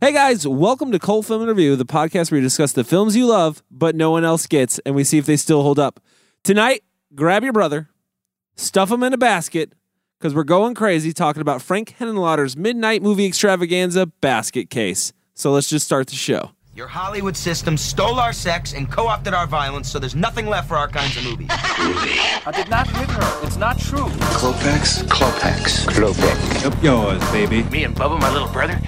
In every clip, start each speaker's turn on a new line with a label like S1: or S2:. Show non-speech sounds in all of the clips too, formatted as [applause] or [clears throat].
S1: Hey guys, welcome to Cold Film Interview, the podcast where we discuss the films you love but no one else gets, and we see if they still hold up. Tonight, grab your brother, stuff him in a basket, because we're going crazy talking about Frank Henenlotter's midnight movie extravaganza basket case. So let's just start the show.
S2: Your Hollywood system stole our sex and co-opted our violence, so there's nothing left for our kinds of movies.
S3: I did not hit her. It's not true.
S4: Clopex? Clopex. Clopex.
S5: Up yours, baby.
S6: Me and Bubba, my little brother,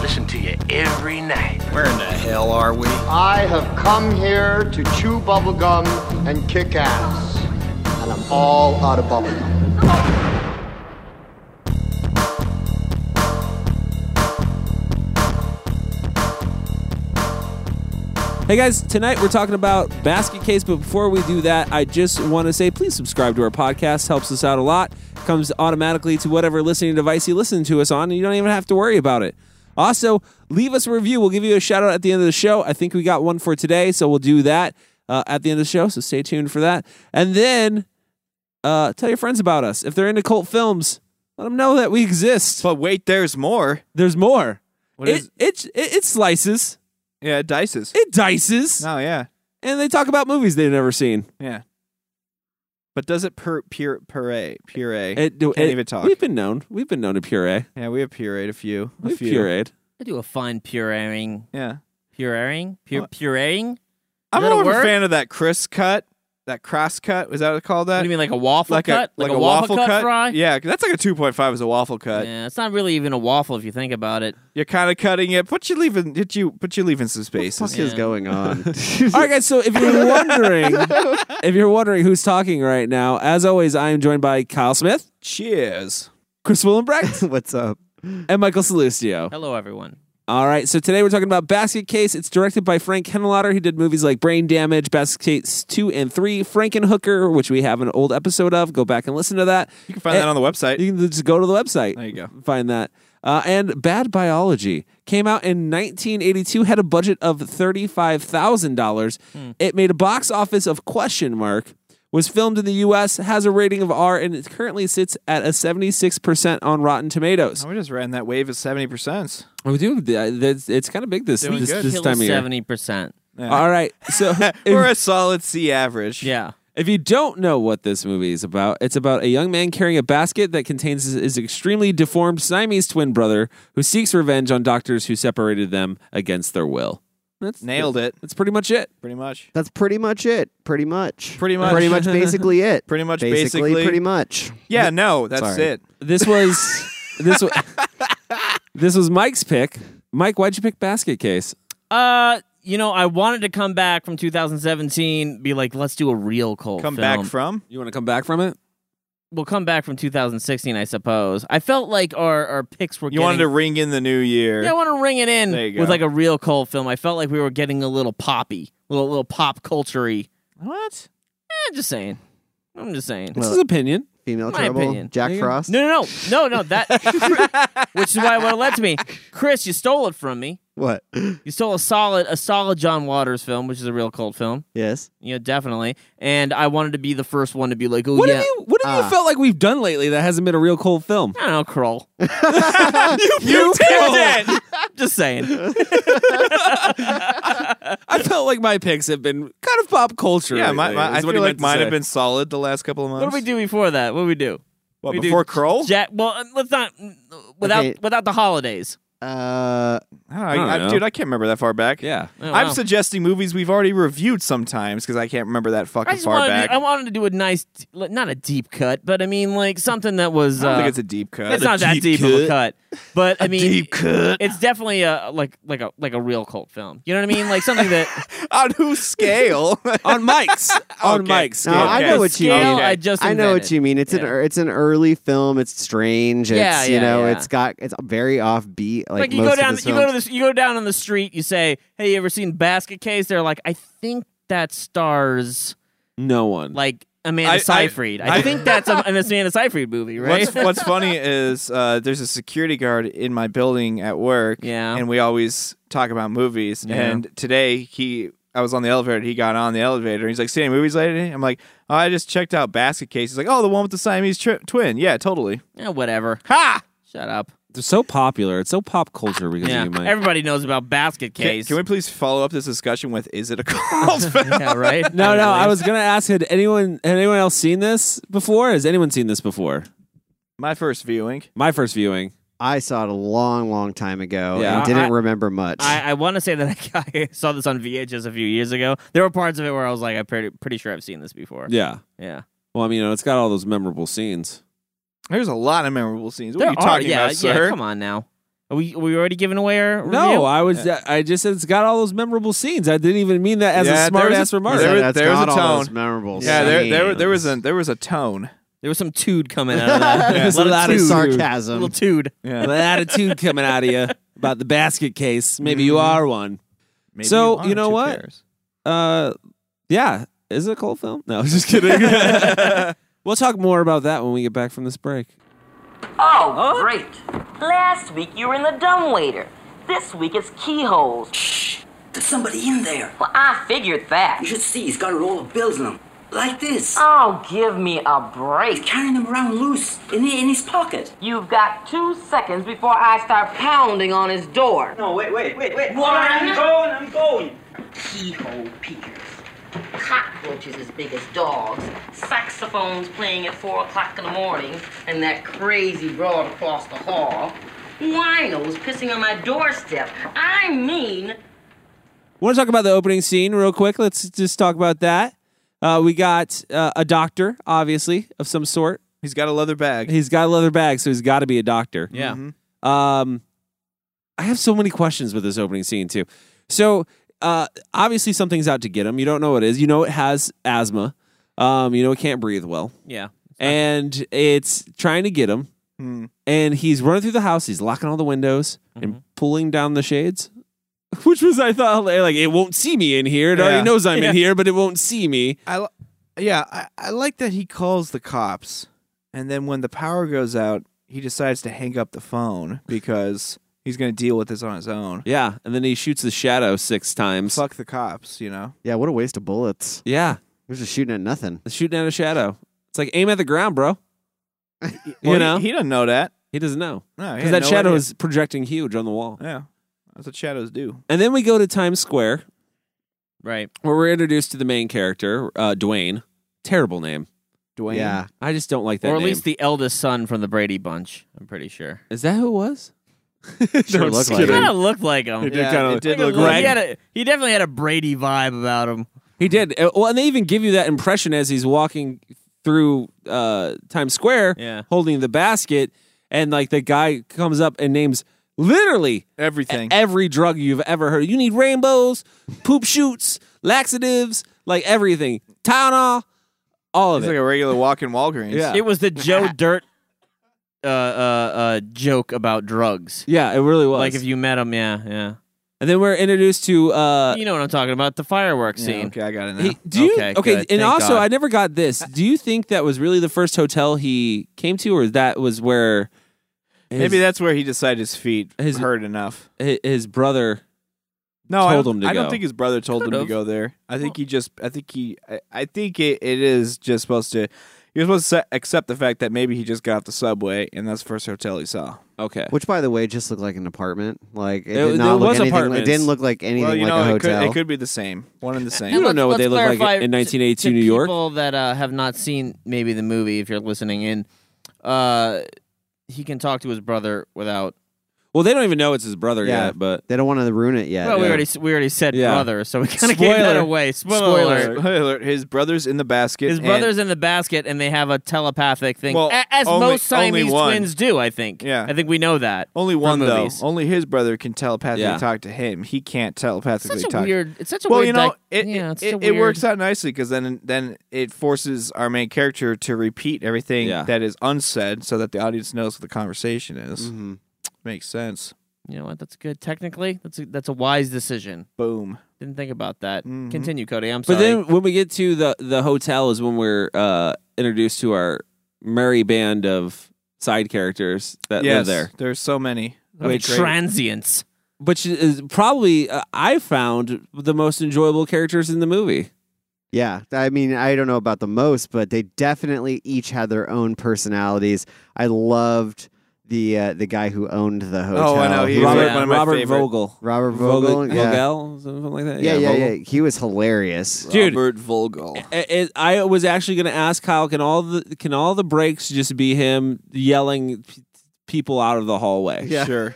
S6: listen to you every night.
S4: Where in the hell are we?
S7: I have come here to chew bubblegum and kick ass. And I'm all out of bubblegum.
S1: Hey guys, tonight we're talking about basket case, but before we do that, I just want to say please subscribe to our podcast. Helps us out a lot. Comes automatically to whatever listening device you listen to us on, and you don't even have to worry about it. Also, leave us a review. We'll give you a shout out at the end of the show. I think we got one for today, so we'll do that uh, at the end of the show. So stay tuned for that. And then uh, tell your friends about us. If they're into cult films, let them know that we exist.
S8: But wait, there's more.
S1: There's more. it,
S8: is-
S1: it, it, it slices,
S8: Yeah, it dices.
S1: it dices,
S8: Oh yeah,
S1: and they talk about movies they've never seen.
S8: yeah. But does it per pure puree puree?
S1: It,
S8: Can't
S1: it-
S8: even talk.
S1: We've been known. We've been known to puree.
S8: yeah, we have pureed a few. A
S1: We've
S8: few.
S1: pureed.
S8: [laughs]
S9: I do a fine pureeing,
S8: Yeah.
S9: pureeing, pure
S8: What?
S9: pureeing.
S8: I'm
S9: that a
S8: more of a
S9: word?
S8: fan of that Chris cut, that cross cut. Was that what it's called? That
S9: What do you mean, like a waffle
S8: like
S9: cut?
S8: a like,
S9: a, waffle, cut, fry?
S8: Yeah, 'cause that's like a 2.5 is a waffle cut.
S9: Yeah, it's not really even a waffle if you think about it.
S8: You're kind of cutting it, but you leaving it you but you leaving some spaces.
S9: is Yeah.
S8: going on?
S1: All right, guys. So if you're wondering, if you're wondering who's talking right now, as always, I am joined by Kyle Smith,
S8: [laughs]
S9: [laughs]
S8: Cheers.
S1: Chris Willenbrecht,
S8: [laughs] What's up?
S1: and Michael Salustio.
S9: Hello, everyone.
S1: All right. So today we're talking about Basket Case. It's directed by Frank Henenlotter. He did movies like Brain Damage, Basket Case Two and Three, Frankenhooker, which we have an old episode of. Go back and listen to that.
S8: You can find
S9: Eh.
S8: that on the website.
S1: You can just go to the website.
S8: There you go.
S1: Find that. Uh, and Bad Biology came out in 1982, had a budget of $35,000.
S8: Hmm.
S1: It made a box office of question mark, was filmed in the U.S., has a rating of R, and it currently sits at a 76% on Rotten Tomatoes.
S8: Oh, we just ran that wave at 70. percent
S1: Oh, dude, th- that's- it's kind of big this,
S8: Doing
S1: this,
S8: good.
S1: this
S9: Kill
S1: time of year.
S9: seventy percent.
S1: All right. So
S8: [laughs] We're a
S1: if,
S8: solid C average.
S9: Yeah,
S1: if you don't know what this movie is about, it's about a young man carrying a basket that contains his, his extremely deformed Siamese twin brother who seeks revenge on doctors who separated them against their will. That's
S8: Nailed it.
S1: That's pretty much it.
S8: Pretty much.
S10: That's pretty much it. Pretty much.
S8: Pretty much. [laughs]
S10: Pretty much. Basically it.
S8: Pretty much
S10: Basically.
S8: basically.
S10: Pretty much.
S8: Yeah, no, that's
S10: Sorry.
S8: it.
S1: This was this
S8: [laughs]
S1: was this was Mike's pick. Mike, why'd you pick Basket Case?
S9: uh, you know, I wanted to come back from 2017, be like, let's do a real cult.
S8: Come
S9: film.
S8: back from.
S1: You want to come back from it?
S9: We'll come back from 2016, I suppose. I felt like our our picks were.
S8: You wanted to
S9: getting-
S8: ring in the new year.
S9: Yeah, I want to ring it in
S8: There you
S9: with
S8: go.
S9: like a real cult film. I felt like we were getting a little poppy, little little pop culturey.
S8: What?
S9: Eh, just saying. I'm just saying.
S1: This is
S8: Uh,
S1: opinion.
S10: Female
S9: My
S10: trouble.
S9: opinion.
S10: Jack Frost.
S9: No, no, no, no, no. That, which is why what it led to me, Chris. You stole it from me.
S10: What?
S9: You stole a solid, a solid John Waters film, which is a real cult film.
S10: yes.
S9: Yeah, definitely. And I wanted to be the first one to be like, oh
S1: What
S9: yeah,
S1: have you What have
S8: Uh.
S1: you
S10: Ah.
S1: felt like we've done lately that hasn't been a real cold
S8: [laughs]
S1: film?
S9: I don't know, Kroll.
S1: You
S9: did [laughs] it. Just
S10: [laughs]
S9: saying.
S1: [laughs] I felt like my picks have been kind of pop culture.
S8: Yeah, my,
S1: lately,
S8: my, I
S1: is what
S8: feel
S1: he meant
S8: like
S1: to
S8: mine
S1: say.
S8: have been solid the last couple of months.
S9: What did we do before that? What did we do?
S8: What,
S9: we do-
S8: before Kroll?
S9: Jack. Well, uh, let's not without
S10: Okay.
S9: without the holidays.
S10: Uh,
S8: I don't know, I-
S1: I don't
S8: Ah, I-
S1: know.
S8: dude, I can't remember that far back.
S1: Yeah.
S9: Oh,
S8: I'm
S9: wow.
S8: suggesting movies we've already reviewed sometimes because I can't remember that
S9: I
S8: fucking
S9: just
S8: far
S9: wanted to,
S8: back.
S9: do- I wanted to do a nice, like, not a deep cut, but I mean like something that was.
S8: I don't
S9: uh,
S8: think it's a deep cut.
S9: it's not that deep of a cut, but I mean,
S8: deep cut.
S9: it's definitely a like like a like a real cult film. You know what I mean? Like
S8: [laughs]
S9: something that
S8: On whose
S9: [laughs]
S8: scale?
S1: on mics.
S8: [laughs]
S1: on
S8: Okay.
S1: mics.
S10: no,
S8: Yeah,
S10: I
S8: okay.
S10: know what you
S9: scale
S10: mean.
S9: I just
S10: I know what
S9: invented.
S10: you mean. It's an
S9: Yeah.
S10: an it's an early film. It's strange. It's
S9: Yeah, yeah,
S10: you know,
S9: yeah.
S10: it's got it's very offbeat. Like,
S9: Like, you
S10: most
S9: go
S10: of
S9: down,
S10: his
S9: you go to
S10: films.
S9: this, you go down on the street. You say, "Hey, you ever seen Basket Case?" They're like, "I think that stars
S1: No one.
S9: like Amanda
S8: I- I-
S9: Seyfried. I,
S8: I-
S9: think that's a, an Amanda Seyfried movie, right?"
S8: What's, what's funny is uh, there's a security guard in my building at work,
S9: Yeah.
S8: and we always talk about movies.
S9: Yeah.
S8: And today he, I was on the elevator, and he got on the elevator. And he's like, "See any movies lately?" I'm like, "Oh, I just checked out Basket Case." He's like, "Oh, the one with the Siamese tri- twin." Yeah, totally.
S9: yeah, whatever.
S8: Ha!
S9: Shut up.
S1: They're so popular. It's so pop culture because of
S9: Yeah.
S1: you, Mike.
S9: Everybody knows about basket
S8: Can-
S9: case.
S8: Can, we please follow up this discussion with is it a cult film?
S9: [laughs]
S8: [laughs]
S9: yeah, right?
S1: no, no. I was gonna ask had anyone had anyone else seen this before? Has anyone seen this before?
S8: My first viewing.
S1: My first viewing.
S10: I saw it a long, long time ago
S1: Yeah,
S10: and didn't
S9: I-
S10: remember much.
S9: I, I want to say that [laughs] I saw this on VHS a few years ago. There were parts of it where I was like, I'm pretty, pretty sure I've seen this before.
S1: Yeah.
S9: Yeah.
S1: Well, I mean, you know, it's got all those memorable scenes.
S8: There's a lot of memorable scenes. What
S9: There
S8: are you talking
S9: yeah,
S8: about, sir?
S9: Yeah, come on now. Are we, are we already giving away our
S1: No,
S9: review?
S1: I was. I just said it's got all those memorable scenes. I didn't even mean that as
S8: Yeah,
S1: a
S8: there
S1: smart
S8: was a-
S1: ass remark.
S8: there
S10: So
S1: [laughs]
S8: was-
S10: that's
S8: there was
S10: got
S8: a
S10: all those
S8: tone.
S10: memorable.
S8: yeah, there, there,
S10: scenes.
S8: there was a there was a tone.
S9: There was some tood coming out
S8: [laughs]
S9: of that.
S10: There's
S9: Let
S10: a
S9: it
S10: lot of
S9: tood.
S10: sarcasm.
S9: Little tood.
S1: An
S8: Yeah. [laughs]
S1: attitude coming out of you about the basket case. Maybe you
S8: Mm-hmm.
S1: are one.
S8: Maybe
S1: So,
S8: aren't,
S1: you know
S8: who
S1: what?
S8: cares?
S1: Uh, yeah. Is it a cold film? No, [laughs] just
S8: [laughs]
S1: kidding. we'll talk more about that when we get back from this break.
S5: Oh, great. Last week you were in the dumbwaiter. This week it's keyholes.
S11: There's somebody in there.
S5: Well, I figured that.
S11: You should see, he's got a roll of bills in him. Like this.
S5: Oh, give me a break.
S11: Carrying them around loose in, in his pocket.
S5: You've got two seconds before I start pounding on his door.
S11: No, wait, wait, wait, wait.
S5: I'm
S11: going, I'm going.
S5: Keyhole peekers. Cockroaches as big as dogs. Saxophones playing at 4 o'clock in the morning. And that crazy broad across the hall. Winos pissing on my doorstep. I mean,
S1: want to talk about the opening scene real quick. Let's just talk about that. Uh, we got uh, a doctor, obviously, of some sort.
S8: He's got a leather bag.
S1: He's got a leather bag, so he's got to be a doctor.
S9: Yeah.
S1: Um, I have so many questions with this opening scene, too. So, uh, obviously, something's out to get him. You don't know what it is. You know it has asthma. Um, you know it can't breathe well.
S9: Yeah.
S1: And it's trying to get him.
S8: Hmm.
S1: And he's running through the house. He's locking all the windows and pulling down the shades, [laughs] which was, I thought, like, it won't see me in here. It
S8: Yeah.
S1: already knows I'm
S9: Yeah.
S1: in here, but it won't see me.
S8: I li- yeah, I, I like that he calls the cops, and then when the power goes out, he decides to hang up the phone because he's going to deal with this on his own.
S1: Yeah, and then he shoots the shadow six times.
S8: Fuck the cops, you know.
S10: yeah, what a waste of bullets.
S1: Yeah,
S10: We're just shooting at nothing.
S1: shooting at a shadow. It's like aim at the ground,
S8: [laughs]
S1: bro. you
S8: he-
S1: know,
S8: he,
S1: he,
S8: doesn't know that.
S1: doesn't know
S8: No, he
S1: because
S8: had
S1: that
S8: no
S1: shadow
S8: idea.
S1: is projecting huge on the wall.
S8: Yeah, that's what shadows
S1: [laughs]
S8: do.
S1: And then we go to Times Square
S9: Right.
S1: where we're introduced to the main character, uh, Dwayne. Terrible name.
S8: Dwayne.
S10: Yeah.
S1: I just don't like that.
S9: Or at
S1: name.
S9: least the eldest son from the Brady Bunch, I'm pretty sure.
S1: is that who it was?
S10: Sure
S1: I'm
S10: looked
S1: just
S10: like
S9: He
S1: kidding.
S9: kind of looked like him.
S8: Yeah,
S1: kinda-
S8: it did
S9: Like a
S8: look
S9: little-
S8: like
S9: he, had a, he definitely had a Brady vibe about him.
S1: He did. Uh, Well, and they even give you that impression as he's walking through uh, Times Square,
S9: Yeah.
S1: holding the basket, and like the guy comes up and names literally e-,
S8: everything.
S1: every drug you've ever heard. You need rainbows, poop shoots, laxatives, like everything. Tylenol, all of
S8: He's
S1: it.
S8: like a regular walking Walgreens.
S1: Yeah.
S9: It was
S8: [laughs]
S9: the Joe Dirt uh, uh, uh, joke about drugs.
S1: yeah, it really was.
S9: Like if you met him, yeah, yeah.
S1: and then we're introduced to. Uh,
S9: you know what I'm talking about? The fireworks
S8: Yeah,
S9: scene.
S8: okay, I got it now.
S1: he, do you
S9: Okay,
S1: okay?
S9: good.
S1: and
S9: Thank
S1: also,
S9: God.
S1: I never got this. Do you think that was really the first hotel he came to, or that was where his,
S8: Maybe that's where he decided his feet
S1: his-
S8: hurt enough.
S1: hi- his brother?
S8: No, I
S1: told
S8: don't,
S1: him to
S8: I don't
S1: go.
S8: think his brother told him
S9: Could've.
S8: to go there. I think he just. I think he. I, I think it, it is just supposed to. You're supposed to se- accept the fact that maybe he just got off the subway and that's the first hotel he saw.
S1: Okay,
S10: Which, by the way, just looked like an apartment. Like it,
S1: It-
S10: did
S1: there
S10: not look
S1: was
S10: anything. It
S1: apartments.
S10: didn't look like anything
S8: well, you
S10: like
S8: know,
S10: a
S8: it, could,
S10: hotel.
S8: it could be the same. One and the
S1: You
S8: same.
S1: don't know what they look like in
S9: to,
S1: 1982
S9: to
S1: E New York.
S9: People that uh, have not seen maybe the movie, if you're listening in, uh, he can talk to his brother without.
S1: well, they don't even know it's his brother
S10: Yeah.
S1: yet, but
S10: they don't want to ruin it yet.
S9: Well, we
S1: Yeah.
S9: already we already said
S1: Yeah.
S9: brother, so we kind of gave that
S1: Spoiler.
S9: away. Spoiler,
S1: Spoiler.
S9: alert.
S8: Spoiler alert, His brother's in the basket.
S9: His
S8: and-
S9: brother's in the basket, and they have a telepathic thing,
S8: Well,
S9: a- as
S8: only-
S9: most Siamese
S8: only one.
S9: twins do. I think.
S8: Yeah.
S9: I think we know that.
S8: only
S9: from
S8: one though.
S9: movies.
S8: Only his brother can telepathically
S1: Yeah.
S8: talk to him. He can't
S9: It's
S8: telepathically
S9: such a
S8: talk.
S9: weird. It's such a
S8: well,
S9: weird.
S8: you know,
S9: dic-
S8: it,
S9: yeah, it's
S8: it,
S9: such a
S8: it
S9: weird-
S8: works out nicely because then then it forces our main character to repeat everything
S1: Yeah.
S8: that is unsaid, so that the audience knows what the conversation is.
S1: Mm-hmm.
S10: Mhm.
S8: Makes sense.
S9: You know what? That's good. Technically, that's a, that's a wise decision.
S8: Boom.
S9: Didn't think about that.
S8: Mhm.
S9: Continue, Cody. I'm
S1: but
S9: sorry.
S1: then when we get to the the hotel is when we're uh, introduced to our merry band of side characters that
S8: yes,
S1: live there,
S8: There's so many.
S9: Of
S1: Wait, great.
S9: transients.
S1: which is probably uh, I found the most enjoyable characters in the movie.
S10: Yeah, I mean, I don't know about the most, but they definitely each had their own personalities. I loved the uh, the guy who owned the hotel.
S8: Oh, I know, he was
S1: Robert,
S8: like one of my
S1: Robert
S8: favorite.
S1: Vogel.
S10: Robert Vogel, yeah.
S1: Vogel, something like that.
S10: Yeah, yeah, yeah,
S1: Vogel.
S10: He was hilarious.
S1: Dude.
S8: Robert Vogel.
S1: I- I I was actually going to ask Kyle, can all the can all the breaks just be him yelling p- people out of the hallway?
S10: Yeah.
S8: Sure.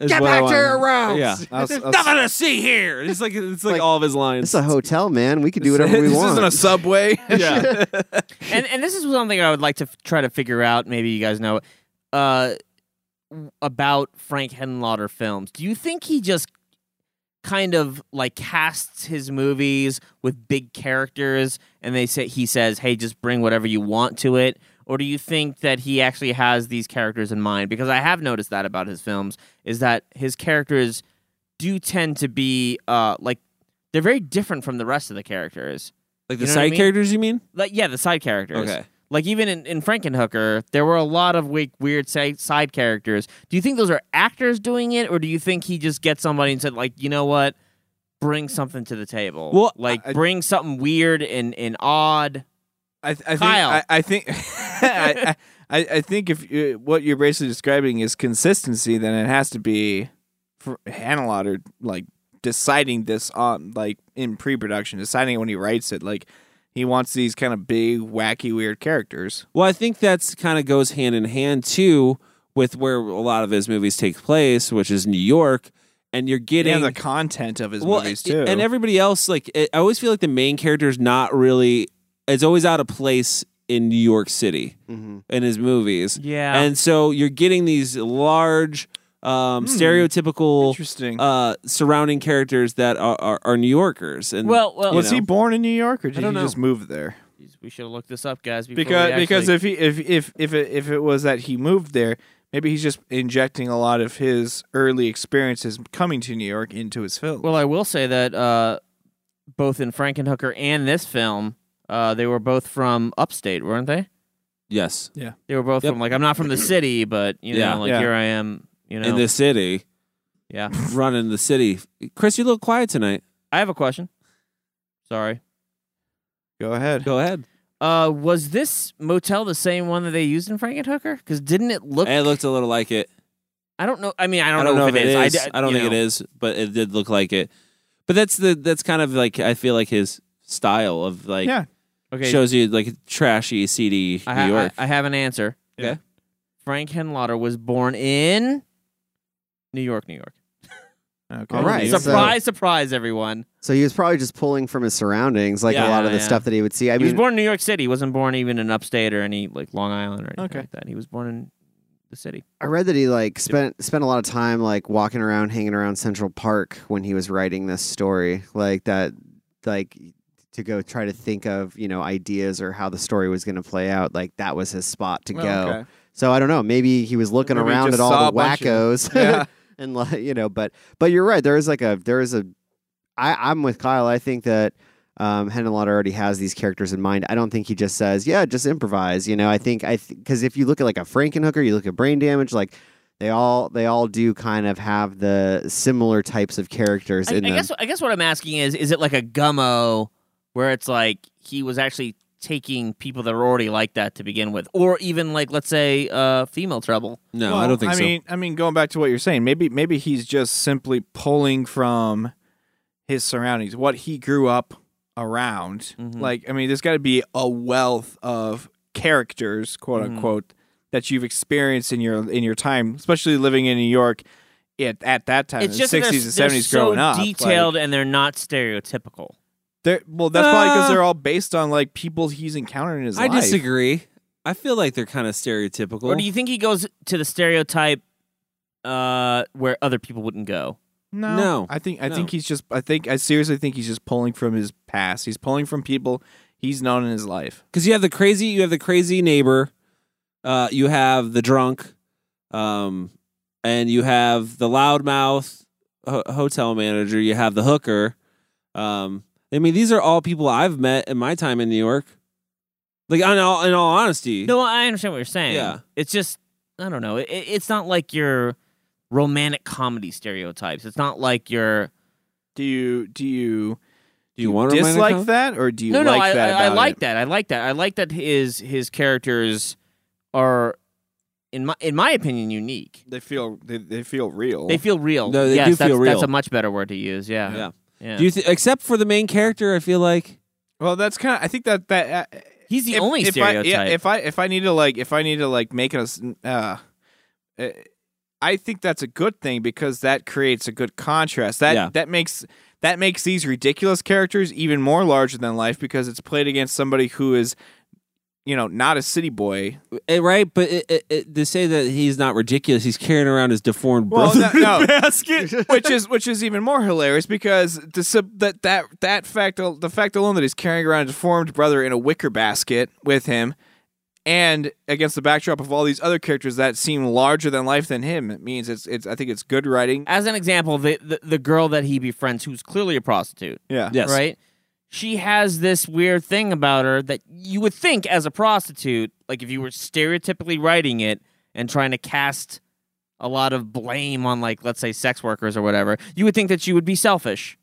S1: Is
S10: Get
S1: what I
S10: back to
S1: wanted.
S10: your rounds.
S1: Yeah,
S8: I was- I was-
S1: nothing to see here. It's like it's like, all of his
S10: It's
S1: lines.
S10: a hotel, man. We could do
S1: [laughs]
S10: whatever we
S8: this
S10: want.
S8: isn't a subway.
S1: yeah,
S9: [laughs] and and this is something I would like to f- try to figure out. Maybe you guys know uh, w- about Frank Henlotter films. Do you think he just kind of like casts his movies with big characters, and they say he says, "Hey, just bring whatever you want to it." Or do you think that he actually has these characters in mind? Because I have noticed that about his films is that his characters do tend to be uh, like they're very different from the rest of the characters
S1: like the
S9: You know what I
S1: side
S9: mean?
S1: characters. You mean?
S9: like yeah, the side characters.
S1: Okay.
S9: Like even in, in Frankenhooker, there were a lot of weird, weird side, side characters. Do you think those are actors doing it, or do you think he just gets somebody and said like, you know what, bring something to the table?
S1: Well,
S9: like
S8: I-
S9: bring something weird and, and odd.
S8: I, th- I think
S9: Kyle.
S8: I, I think [laughs] I, I, I think if you, what you're basically describing is consistency, then it has to be for Hanalotter like deciding this on like in pre-production, deciding it when he writes it. Like he wants these kind of big, wacky, weird characters.
S1: Well, I think that's kind of goes hand in hand too with where a lot of his movies take place, which is New York, and you're
S8: It
S1: getting
S8: and the content of his movies
S1: a-
S8: too.
S1: And everybody else, like it, I always feel like the main character is not really is always out of place in New York City
S8: Mm-hmm.
S10: Mhm.
S1: in his movies.
S9: Yeah.
S1: And so you're getting these large um,
S9: Hmm.
S1: stereotypical
S8: Interesting.
S1: uh, surrounding characters that are, are, are New Yorkers. And
S9: Well, well,
S1: Mm. you
S8: was he
S1: know.
S8: born in New York or did he
S1: don't know.
S8: just move there?
S9: Jeez, we should have looked this up, guys. before we
S8: because because
S9: actually-
S8: if he if if if it, if it was that he moved there, maybe he's just injecting a lot of his early experiences coming to New York into his film.
S9: well, I will say that uh, both in Frankenhooker and this film, uh, they were both from upstate, weren't they?
S1: yes,
S9: They were both
S1: Yep.
S9: from like I'm not from the city, but you know,
S1: Yeah.
S9: like
S8: Yeah.
S9: here I am. You know,
S1: in the city,
S9: yeah.
S1: running the city. Chris, you're a little quiet tonight.
S9: I have a question. Sorry.
S8: Go ahead.
S1: Go ahead.
S9: Uh, was this motel the same one that they used in Frankenhooker? Because didn't it look?
S1: It looked a little like it.
S9: I don't know. I mean, I don't,
S1: I don't know, if it is.
S9: d-
S1: I, don't
S9: you
S1: think it
S9: know.
S1: is, but it did look like it. But that's the that's kind of like I feel like his style of like
S8: yeah,
S9: Okay,
S1: shows you like trashy, seedy
S9: I,
S1: New
S9: ha-
S1: York.
S9: I, I have an answer.
S1: Yeah.
S9: Frank Henlotter was born in New York, New York.
S8: okay.
S10: All right. so-
S9: surprise, surprise, everyone.
S10: So he was probably just pulling from his surroundings, like
S9: Yeah,
S10: a lot of the
S9: yeah.
S10: stuff that he would see. I
S9: he was
S10: mean,
S9: born in New York City. He wasn't born even in upstate or any like Long Island or anything
S8: Okay.
S9: like that. He was born in the city.
S10: I read that he like spent spent a lot of time like walking around, hanging around Central Park when he was writing this story, like that, like to go try to think of you know ideas or how the story was going to play out. Like that was his spot to
S8: Well,
S10: go.
S8: okay.
S10: So I don't know. Maybe he was looking
S8: Maybe he
S10: around
S8: just
S10: at
S8: saw
S10: all
S8: a
S10: the
S8: bunch of- [laughs]
S10: wackos,
S8: Yeah.
S10: [laughs] and like you know. But but you're right. There is like a there is a. I I'm with Kyle. I think that um, Henelot already has these characters in mind. I don't think he just says, "Yeah, just improvise." You know, I think I because if you look at like a Frankenhooker, you look at Brain Damage, like they all they all do kind of have the similar types of characters
S9: I, I
S10: in them.
S9: guess I guess what I'm asking is is it like a gummo where it's like he was actually taking people that were already like that to begin with or even like let's say uh female trouble
S1: no, I don't think
S8: I
S1: so.
S8: mean, I mean, going back to what you're saying, maybe maybe he's just simply pulling from his surroundings, what he grew up around.
S9: Mhm.
S8: Like, I mean, there's got to be a wealth of characters, quote
S9: Mhm.
S8: unquote, that you've experienced in your in your time, especially living in New York at, at that time,
S9: it's
S8: in the
S9: just that
S8: 60s
S9: they're-
S8: and
S9: they're
S8: 70s
S9: so
S8: growing up. like,
S9: detailed and they're not stereotypical
S8: they're- well, that's probably because
S9: Ah.
S1: Uh,
S8: they're all based on like people he's encountered in his
S1: I
S8: life.
S1: disagree. I feel like they're kind of stereotypical.
S9: or do you think he goes to the stereotype uh where other people wouldn't go
S8: No,
S1: No.
S8: I think I
S1: No.
S8: think he's just. I think I seriously think he's just pulling from his past. He's pulling from people he's known in his life.
S1: Because you have the crazy, you have the crazy neighbor, uh, you have the drunk, um, and you have the loudmouth ho- hotel manager. You have the hooker. Um, I mean, these are all people I've met in my time in New York. Like, in all, in all honesty,
S9: no i understand what you're saying
S1: Yeah.
S9: it's just i don't know it, it's not like your romantic comedy stereotypes it's not like your
S8: Do you do you
S1: do you want to remind
S8: dislike
S1: account?
S8: that or do you
S9: no,
S8: like
S9: no, I,
S8: that?
S9: I, I
S8: about
S9: like
S8: it?
S9: that. I like that. I like that his his characters are in my in my opinion, unique.
S8: They feel they, they feel real.
S9: They feel real.
S1: No, they
S9: yes,
S1: do
S9: that's,
S1: feel
S9: That's
S1: real.
S9: a much better word to use. Yeah.
S1: Yeah.
S9: Yeah.
S1: Do you thi- except for the main character? I feel like
S8: Well, that's kind of. I think that that uh,
S9: he's the
S8: if-
S9: only
S8: if I, yeah,
S9: stereotype.
S8: if I if I need to like if I need to like make us, uh, uh, I think that's a good thing because that creates a good contrast. That
S1: Yeah.
S8: that makes that makes these ridiculous characters even more larger than life because it's played against somebody who is, you know, not a city boy.
S1: Eh, right, but it, it, it, to say that he's not ridiculous, he's carrying around his deformed
S8: Well,
S1: brother.
S8: no, [laughs] which is which is even more hilarious because the sub, that that that fact al- the fact alone that he's carrying around a deformed brother in a wicker basket with him, and against the backdrop of all these other characters that seem larger than life than him, it means it's it's I think it's good writing.
S9: As an example, the, the the girl that he befriends, who's clearly a prostitute.
S8: Yeah.
S1: [laughs] Yes.
S9: Right. She has this weird thing about her that you would think, as a prostitute, like if you were stereotypically writing it and trying to cast a lot of blame on, like, let's say, sex workers or whatever, you would think that she would be selfish.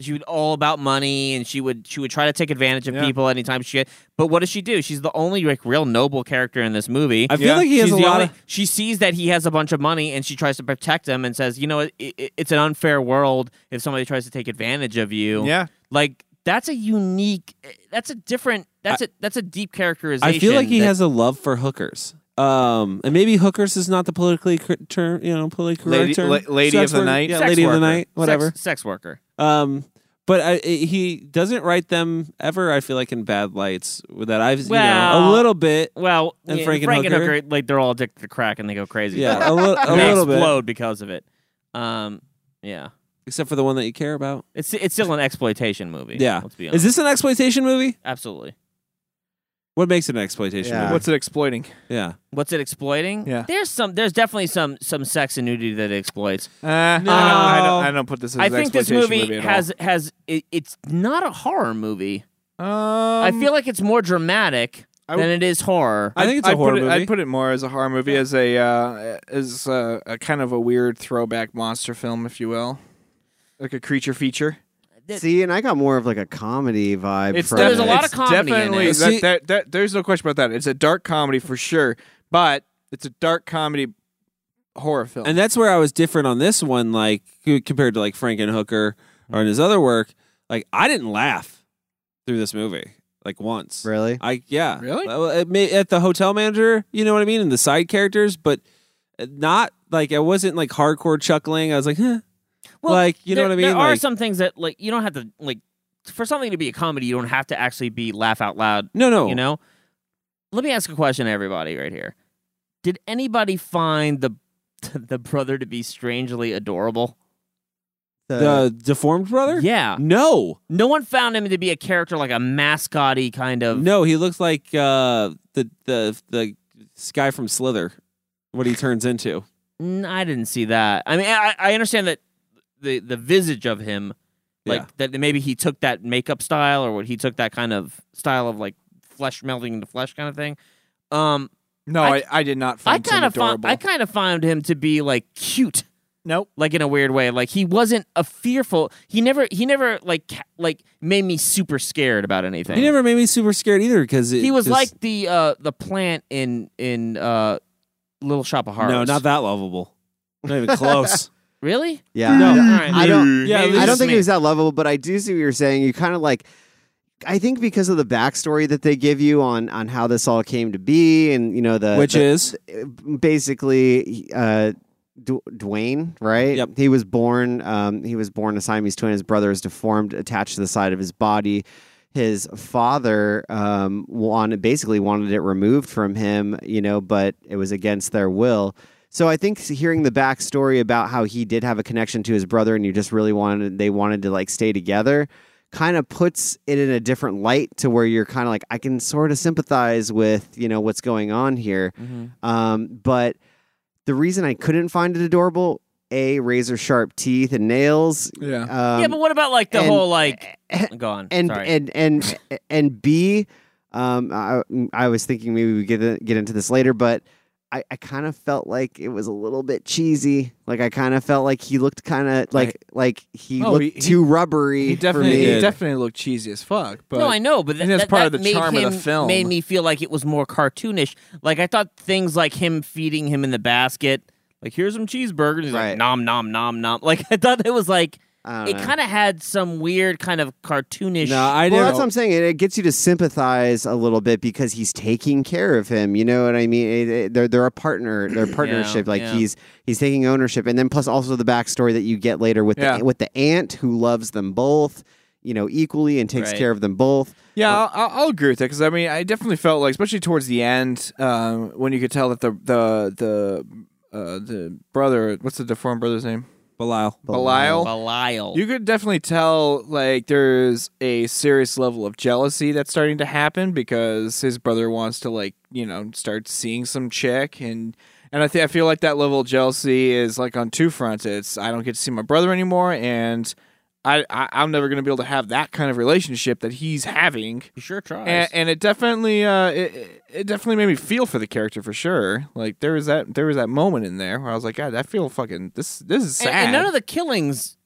S9: She would all about money, and she would she would try to take advantage of
S8: Yeah.
S9: people anytime she. But what does she do? She's the only like real noble character in this movie.
S1: I feel
S8: Yeah.
S1: like he has
S9: She's
S1: a
S9: the
S1: lot
S9: only-
S1: of
S9: she sees that he has a bunch of money and she tries to protect him and says, you know, it, it, it's an unfair world if somebody tries to take advantage of you.
S8: Yeah.
S9: Like that's a unique. That's a different. That's a that's a deep characterization.
S1: I feel like he
S9: that-
S1: has a love for hookers. Um, and maybe hookers is not the politically cor- term, you know, politically correct
S8: Lady-
S1: term.
S8: la- lady
S1: Sex
S8: of the
S1: worker-
S8: night?
S1: yeah,
S9: sex
S1: lady of
S9: worker.
S1: the night,
S9: Sex-
S1: whatever.
S9: Sex, worker.
S1: Um, but I, he doesn't write them ever. I feel like in bad lights that I've you know,
S9: Well-
S1: a little bit,
S9: Well,
S1: And
S9: yeah,
S1: Frankenhooker.
S9: Frankenhooker, like they're all addicted to crack and they go crazy. [laughs] for
S1: yeah,
S9: it.
S1: a, li- a
S9: they
S1: little bit,
S9: explode because of it. Um, yeah,
S1: except for the one that you care about.
S9: it's it's still an exploitation movie.
S1: Yeah,
S9: let's be honest.
S1: is this an exploitation movie?
S9: absolutely?
S1: What makes it an exploitation
S10: Yeah.
S1: movie?
S8: What's it exploiting?
S1: Yeah,
S9: What's it exploiting?
S8: Yeah.
S9: There's some. There's definitely some some sex and nudity that it exploits.
S8: Uh,
S1: No.
S8: I, don't, I don't. I don't put this. As
S9: I
S8: an
S9: think this
S8: exploitation
S9: movie,
S8: at all.
S9: has has it, it's not a horror movie.
S8: Um,
S9: I feel like it's more dramatic
S8: I
S9: than it is horror.
S1: I think it's a
S8: I'd
S1: horror
S8: put it,
S1: movie.
S8: I'd put it more as a horror movie, as a uh, as a, a kind of a weird throwback monster film, if you will, like a creature feature.
S10: See, and I got more of like a comedy vibe.
S8: It's
S10: from
S9: there's a
S10: it.
S9: lot of
S8: it's
S9: comedy in
S8: Definitely,
S1: it.
S8: that-
S1: See-
S8: that- that- there's no question about that. It's a dark comedy for sure, but it's a dark comedy horror film.
S1: and that's where I was different on this one, like c- compared to like Frankenhooker or in his other work. Like I didn't laugh through this movie like once.
S10: really.
S1: I yeah.
S8: Really?
S1: Well, it may- At the hotel manager, you know what I mean, and the side characters, but not like I wasn't like hardcore chuckling. I was like, huh. like you know
S9: there-
S1: what I mean.
S9: There are
S1: Like,
S9: some things that like you don't have to like for something to be a comedy. You don't have to actually be laugh out loud.
S1: no, no,
S9: You know. Let me ask a question, to everybody, right here. Did anybody find the [laughs] the brother to be strangely adorable?
S1: the deformed brother.
S9: uh, Yeah.
S1: No,
S9: No one found him to be a character like a mascoty kind of.
S1: no, he looks like uh, the the the guy from Slither. What he turns into.
S9: Mm, I didn't see that. I mean, I, I understand that the the visage of him, like
S1: Yeah.
S9: that maybe he took that makeup style or what he took that kind of style of like flesh melding into flesh kind of thing. Um,
S8: no,
S9: I-
S8: I, I, did not
S9: I
S8: find
S9: kind of
S8: him adorable.
S9: found I kind of found him to be like cute,
S8: nope.
S9: like in a weird way. Like he wasn't a fearful. He never he never like ca- like made me super scared about anything.
S1: He never made me super scared either because
S9: He was like the uh the plant in in uh Little Shop of Horrors.
S1: no, not that lovable. Not even close.
S9: really.
S10: yeah.
S1: No.
S10: I don't-
S9: All right.
S10: I don't.
S1: Yeah,
S9: Maybe
S1: It's
S10: I don't
S9: just
S10: think
S9: me.
S10: it was that lovable, but I do see what you're saying. You kind of like, I think because of the backstory that they give you on on how this all came to be, and you know the
S1: Which
S10: the-
S1: is
S10: basically uh, Du- Dwayne, right?
S1: Yep.
S10: He was born. Um, he was born a Siamese twin. His brother is deformed, attached to the side of his body. His father um, wanted basically wanted it removed from him, you know, but it was against their will. So I think hearing the backstory about how he did have a connection to his brother, and you just really wanted they wanted to like stay together, kind of puts it in a different light to where you're kind of like I can sort of sympathize with you know what's going on here. Um, but the reason I couldn't find it adorable, a razor sharp teeth and nails.
S8: Yeah.
S10: Um,
S9: yeah, but what about like the
S10: and-
S9: whole like gone
S10: [laughs] and,
S9: Sorry.
S10: and and and b, um, I, I was thinking maybe we get get into this later, but I, I kind of felt like it was a little bit cheesy. Like I kind of felt like he looked kind of like like he
S8: Oh,
S10: looked
S8: he-
S10: too rubbery.
S8: He definitely,
S10: for me.
S8: he definitely looked cheesy as fuck. But
S9: no, I know, but
S8: I
S9: that,
S8: think that's
S9: that-
S8: part
S9: that
S8: of the
S9: made
S8: charm of the
S9: him-
S8: film.
S9: Made me feel like it was more cartoonish. Like I thought things like him feeding him in the basket, like here's some cheeseburgers, he's like nom nom nom [laughs] nom. Like I thought it was like it
S10: know.
S9: kind of had some weird kind of cartoonish.
S10: Well, that's what I'm saying. It, it gets you to sympathize a little bit because he's taking care of him. You know what I mean? It- it- they're they're a partner. They're a partnership.
S9: [clears throat]
S10: like
S9: yeah.
S10: he's he's taking ownership, and then plus also the backstory that you get later with
S8: Yeah.
S10: the with the aunt who loves them both, you know, equally and takes
S8: Right.
S10: care of them both.
S8: Yeah, I'll, I'll agree with that because I mean, I definitely felt like, especially towards the end, um, when you could tell that the the the uh, the brother, what's the deformed brother's name?
S1: Belial.
S8: Belial.
S9: Belial.
S8: You could definitely tell like there's a serious level of jealousy that's starting to happen because his brother wants to like you know start seeing some chick and. And I think I feel like that level of jealousy is like on two fronts. It's I don't get to see my brother anymore, and I, I I'm never going to be able to have that kind of relationship that he's having.
S9: He sure tries.
S8: and, and it definitely uh it, it- it definitely made me feel for the character for sure like there was that there was that moment in there where i was like god i feel fucking this this is sad
S9: And, and none of the killings.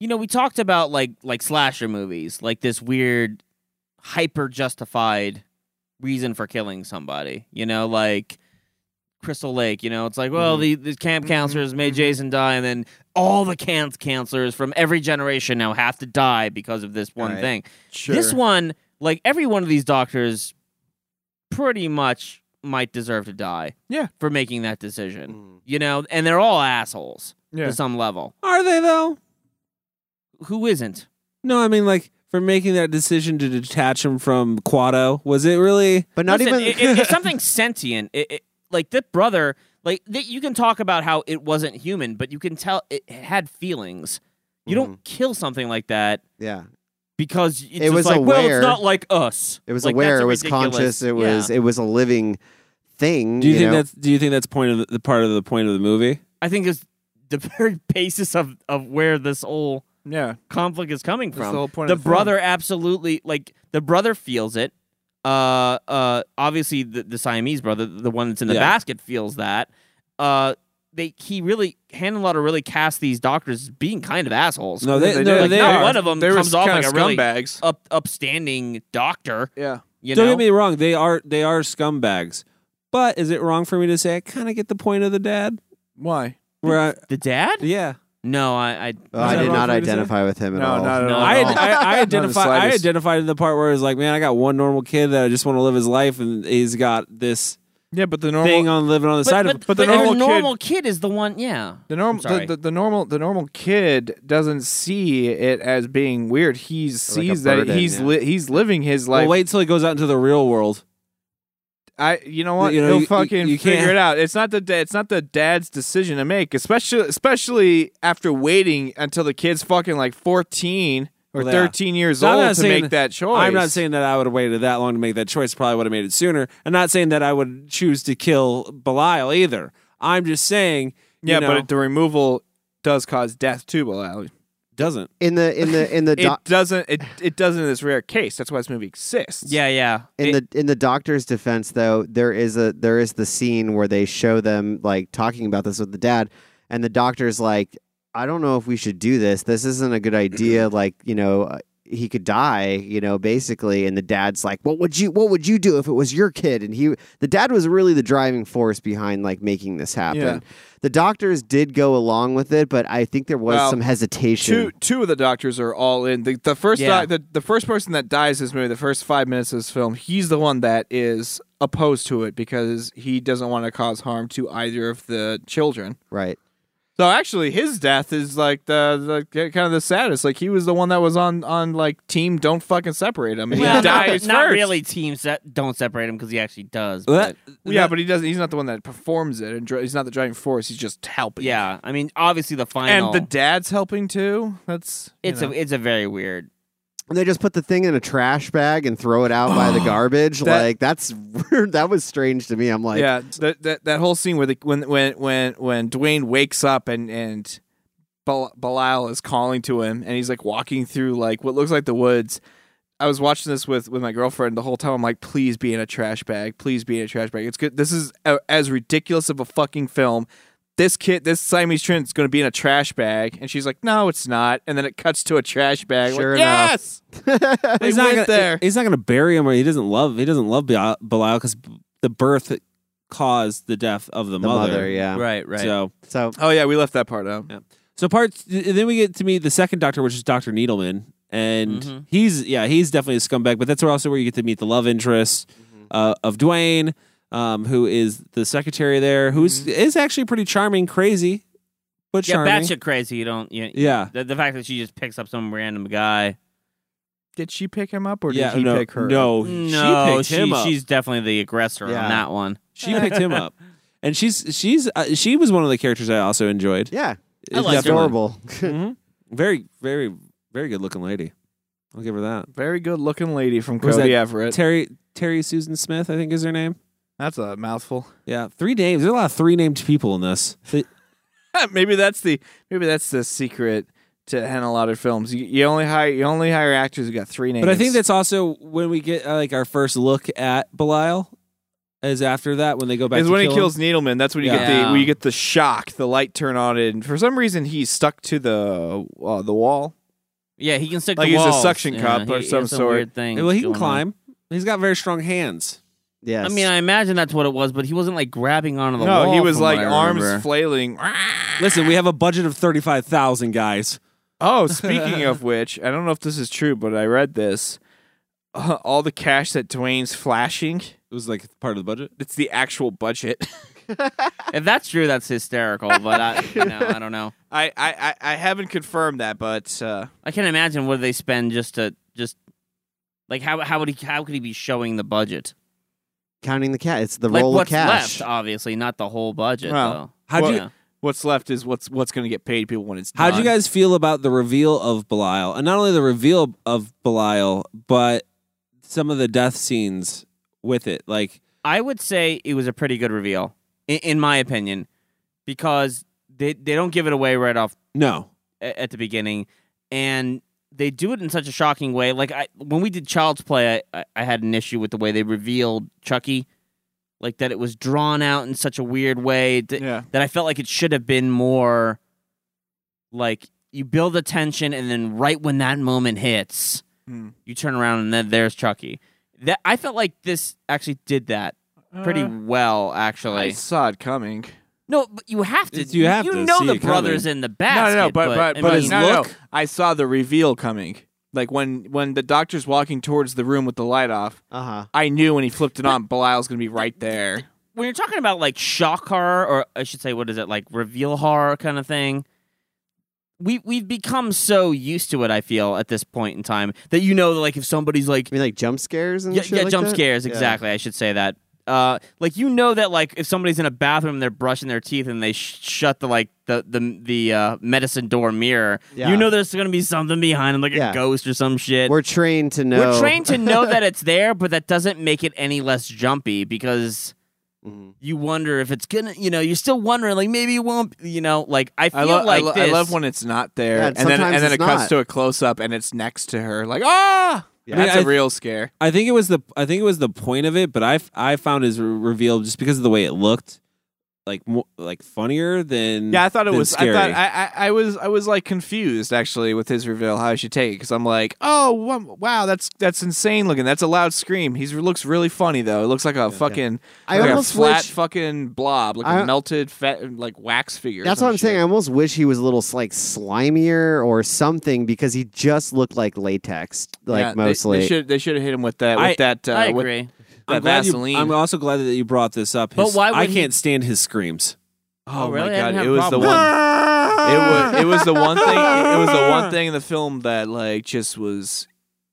S9: You know, we talked about like like slasher movies, like this weird, hyper justified reason for killing somebody. You know, like Crystal Lake. You know, it's like, well,
S8: Mm-hmm.
S9: the, the camp counselors made Jason die, and then all the camp counselors from every generation now have to die because of this one
S8: Right.
S9: thing.
S8: Sure.
S9: This one, like every one of these doctors, pretty much might deserve to die.
S8: Yeah,
S9: for making that decision. You know, and they're all assholes
S1: Yeah.
S9: to some level.
S1: Are they though?
S9: Who isn't?
S1: No, I mean like for making that decision to detach him from Quado, was it really?
S10: But
S9: Listen, i- i- if something's sentient, it, it, like this brother, like th- you can talk about how it wasn't human, but you can tell it had feelings. You don't kill something like that
S10: Yeah.
S9: because it's
S10: it was
S9: just like,
S10: aware.
S9: well, it's not like us.
S10: It was
S9: Like, that's
S10: aware.
S9: a
S10: It was
S9: ridiculous-
S10: conscious. It was
S9: yeah.
S10: it was a living thing.
S1: Do you, think
S10: know?
S1: that's do you think that's point of the, the part of the point of the movie?
S9: I think it's the [laughs] very basis of of where this whole
S8: yeah
S9: conflict is coming
S8: That's
S9: from.
S8: the whole point of the film.
S9: brother absolutely like the brother feels it. Uh, uh, obviously the, the Siamese brother, the one that's in the
S1: Yeah.
S9: basket, feels that. Uh, they he really Hanalotta really cast these doctors as being kind of assholes.
S1: No, they- They no, did.
S9: like,
S1: they
S9: not
S1: are.
S9: one of them
S1: They were
S9: comes off
S1: kinda
S9: like a really
S1: scumbags.
S9: up, upstanding doctor.
S8: Yeah,
S9: you
S1: Don't
S9: know.
S1: get me wrong; they are they are scumbags. But is it wrong for me to say I kind of get the point of the dad?
S8: Why?
S1: Where I,
S9: the dad?
S1: Yeah.
S9: No, I I,
S10: Oh, I did not identify with him at all.
S1: I,
S8: [laughs]
S1: I, I
S10: Not in the
S1: identify. I
S10: slightest.
S1: identified in the part where it was like, man, I got one normal kid that I just want to live his life, and he's got this.
S8: Yeah, but the
S1: thing on living on the
S9: But,
S1: side
S9: but,
S1: of.
S9: but your normal kid is the one. Yeah,
S8: the normal the,
S9: sorry.
S8: the, the normal the normal kid doesn't see it as being weird he
S1: Like a
S8: sees that
S1: burden,
S8: he's
S1: yeah.
S8: li- he's living his life
S1: Well, wait till he goes out into the real world.
S8: I you know what
S1: You know,
S8: he'll
S1: you-
S8: fucking
S1: you can't-
S8: figure it out. It's not the da- it's not the dad's decision to make, especially especially after waiting until the kid's fucking like fourteen or
S1: Well, yeah.
S8: thirteen years
S1: No, I'm
S8: old
S1: not
S8: to
S1: saying-
S8: make that choice.
S1: I'm not saying that I would have waited that long to make that choice. Probably would have made it sooner. I'm not saying that I would choose to kill Belial either. I'm just saying. you
S8: yeah,
S1: know,
S8: but the removal does cause death too, Bilal.
S1: doesn't
S10: in the in
S9: [laughs]
S10: the in the doc-
S8: it doesn't it it doesn't in this rare case. That's why this movie exists.
S9: Yeah, yeah.
S10: in the in the doctor's defense though there is a there is the scene where they show them like talking about this with the dad and the doctor's like i don't know if we should do this this isn't a good
S8: [clears throat]
S10: idea like you know uh, he could die you know basically and the dad's like what would you what would you do if it was your kid and he the dad was really the driving force behind like making this happen
S8: Yeah.
S10: the doctors did go along with it but i think there was
S8: Well,
S10: some hesitation
S8: Two two of the doctors are all in. The, the first
S10: Yeah.
S8: doc, the, the first person that dies in this movie, the first five minutes of this film, he's the one that is opposed to it because he doesn't want to cause harm to either of the children.
S10: Right.
S8: So actually, his death is like the, the kind of the saddest. Like he was the one that was on on like team don't fucking separate him. And
S9: Well,
S8: [laughs] he
S9: not-
S8: dies
S9: not
S8: first.
S9: really teams that don't separate him because he actually does.
S8: Well,
S9: But
S8: that- yeah, but he doesn't. He's not the one that performs it, and dri- he's not the driving force. He's just helping.
S9: yeah, I mean, obviously the final
S8: and the dad's helping too. That's you
S9: it's
S8: know.
S9: a it's a very weird.
S10: And they just put the thing in a trash bag and throw it out by the garbage.
S8: [gasps] That-
S10: like that's [laughs] weird. That was strange to me. I'm like,
S8: yeah, that, that that whole scene where the when when when when Dwayne wakes up and and Bel- Belial is calling to him, and he's like walking through like what looks like the woods. I was watching this with with my girlfriend the whole time. I'm like, please be in a trash bag. Please be in a trash bag. It's good. This is a, as ridiculous of a fucking film. This kid, this Siamese twin, is going to be in a trash bag, and she's like, "No, it's not." And then it cuts to a trash bag. I'm
S1: Sure
S8: like,
S1: enough. [laughs]
S8: yes, They
S1: he's not
S8: went
S1: gonna,
S8: there.
S1: He's not going to bury him, or he doesn't love. He doesn't love Bel- Belial because the birth caused the death of the,
S10: The
S1: mother.
S10: mother, yeah. Right, right.
S1: So,
S10: so
S8: oh yeah, we left that part out.
S1: Yeah. So parts. Then we get to meet the second doctor, which is Doctor Needleman, and he's yeah, he's definitely a scumbag. But that's also where you get to meet the love interest uh, of Dwayne, um, who is the secretary there, who is is actually pretty charming, crazy, but
S9: yeah,
S1: charming.
S9: batshit crazy. You don't. You,
S1: Yeah.
S9: The, the fact that she just picks up some random guy.
S8: Did she pick him up or
S1: Yeah,
S8: did he
S1: no,
S8: pick her?
S1: no,
S9: No,
S1: she picked him
S9: she-
S1: up.
S9: she's definitely the aggressor
S1: Yeah.
S9: on that one.
S1: She picked him up, and she's she's uh, she was one of the characters I also enjoyed.
S10: Yeah,
S9: I liked
S1: [laughs]
S9: her.
S10: adorable. [laughs]
S1: Mhm. Very, very, very good looking lady. I'll give her that.
S8: Very good looking lady from
S1: What was
S8: Cody
S1: that?
S8: Everett.
S1: Terry Terry Susan Smith, I think is her name.
S8: That's a mouthful. [laughs]
S1: Yeah, three names. There's a lot of three named people in this. They-
S8: maybe that's the maybe that's the secret to Henlotter films. You, you only hire you only hire actors who got three names.
S1: but I think that's also when we get uh, like our first look at Belial. Is after that when they go back.
S8: is
S1: to
S8: when he
S1: kill him.
S8: kills Needleman. That's when you get
S1: Yeah.
S8: the when you get the shock, the light turn on, and for some reason he's stuck to the uh, the wall.
S9: Yeah, he can stick
S8: Like
S9: to
S8: he's a
S9: walls.
S8: suction
S9: Yeah,
S8: cup
S9: he-
S8: or
S9: he
S8: some
S9: has some
S8: sort.
S9: Weird thing
S1: Well, he can
S9: going on.
S1: climb. He's got very strong hands.
S10: Yes.
S9: I mean, I imagine that's what it was, but he wasn't like grabbing onto the wall.
S8: No, he was
S9: from what
S8: like
S9: I
S8: arms
S1: [laughs]
S9: remember.
S8: flailing.
S1: Listen, we have a budget of thirty five thousand guys.
S8: Oh, speaking of which, I don't know if this is true, but I read this. [laughs] Uh, all the cash that Dwayne's flashing,
S1: It was like part of the budget.
S8: it's the actual budget. [laughs]
S9: If that's true, that's hysterical. But I, you know, I don't know.
S8: I, I, I I haven't confirmed that, but uh,
S9: I can't imagine what they spend just to just like how how would he how could he be showing the budget?
S10: counting the cat. It's the
S9: like
S10: roll
S9: what's
S10: of cash.
S9: left, obviously, not the whole budget.
S8: Well,
S9: though.
S1: How'd
S8: Well,
S1: you-
S9: Yeah.
S8: What's left is what's what's going to get paid people when it's done.
S1: How'd you guys feel about the reveal of Belial? And not only the reveal of Belial, but some of the death scenes with it. Like,
S9: I would say it was a pretty good reveal, in, in my opinion, because they they don't give it away right off
S1: no.
S9: a- at the beginning, and they do it in such a shocking way. Like I, when we did Child's Play, I, I- I had an issue with the way they revealed Chucky, like that it was drawn out in such a weird way that,
S8: Yeah.
S9: that I felt like it should have been more. Like you build the tension, and then right when that moment hits,
S8: Hmm.
S9: you turn around, and then there's Chucky. That I felt like this actually did that pretty
S8: Uh,
S9: well, actually.
S8: I saw it coming.
S9: no, but you have to.
S1: It's- you have to
S9: know
S1: see
S9: the
S1: it
S9: brothers
S1: coming.
S9: in the basket.
S8: no, no, no, but but
S9: I
S8: but
S9: mean-
S8: his look. I saw the reveal coming. Like when when the doctor's walking towards the room with the light off,
S10: Uh huh.
S8: I knew when he flipped it on, Belial's going to be right there.
S9: when you're talking about like shock horror, or I should say, what is it like reveal horror kind of thing? We we've become so used to it. I feel at this point in time that you know, like if somebody's like
S10: I mean, like jump scares and
S9: yeah,
S10: shit
S9: yeah
S10: like
S9: jump
S10: that?
S9: scares
S10: Yeah.
S9: exactly. I should say that. Uh, like you know that like if somebody's in a bathroom, they're brushing their teeth and they sh- shut the like the the the uh, medicine door mirror.
S10: Yeah.
S9: You know there's gonna be something behind them, like
S10: Yeah.
S9: a ghost or some shit.
S10: We're trained to know.
S9: We're trained
S8: [laughs]
S9: to know that it's there, but that doesn't make it any less jumpy because
S8: Mm-hmm.
S10: Mhm.
S9: you wonder if it's gonna. You know, you're still wondering, like maybe it won't. You know, like I feel
S8: I, lo-
S9: like
S8: I, lo- I
S9: this-
S8: love when it's not there,
S10: Yeah,
S8: and then
S10: sometimes
S8: and then it
S10: it's
S8: cuts
S10: not.
S8: to a close up, and it's next to her. Like ah,
S10: Yeah.
S8: that's
S1: I mean,
S8: a
S1: I-
S8: real scare.
S1: I think it was the I think it was the point of it, but I I found his re- reveal just because of the way it looked, like mo- like funnier
S10: Mm,
S1: than
S8: Yeah, I thought it
S1: than
S8: was.
S1: scary.
S8: I thought I, I, I was I was like confused actually with his reveal how I should take it because I'm like, oh wa- wow, that's that's insane looking. That's a loud scream. He looks really funny though. It looks like a fucking
S10: I
S8: like a
S10: almost
S8: flat
S10: wish-
S8: fucking blob, like a
S10: I-
S8: melted fat, like wax figure. or
S10: [laughs] That's
S8: some
S10: what I'm saying. I
S8: shit.
S10: almost wish he was a little like slimier or something because he just looked like latex, like
S8: Yeah, they-
S10: mostly.
S8: they should they should have hit him with that with
S1: I-
S8: that uh,
S9: I
S8: with
S9: agree.
S8: that
S1: I'm glad you-
S8: Vaseline.
S1: I'm also glad that you brought this up.
S9: But
S1: His-
S9: why
S1: I
S9: would he-
S1: can't stand his screams.
S8: oh
S9: really? I
S8: my
S9: didn't
S8: god,
S9: have
S8: it
S9: a
S8: was the
S9: problem.
S8: one. It was it was the one thing. It was the
S10: [laughs]
S8: one thing in the film that like just was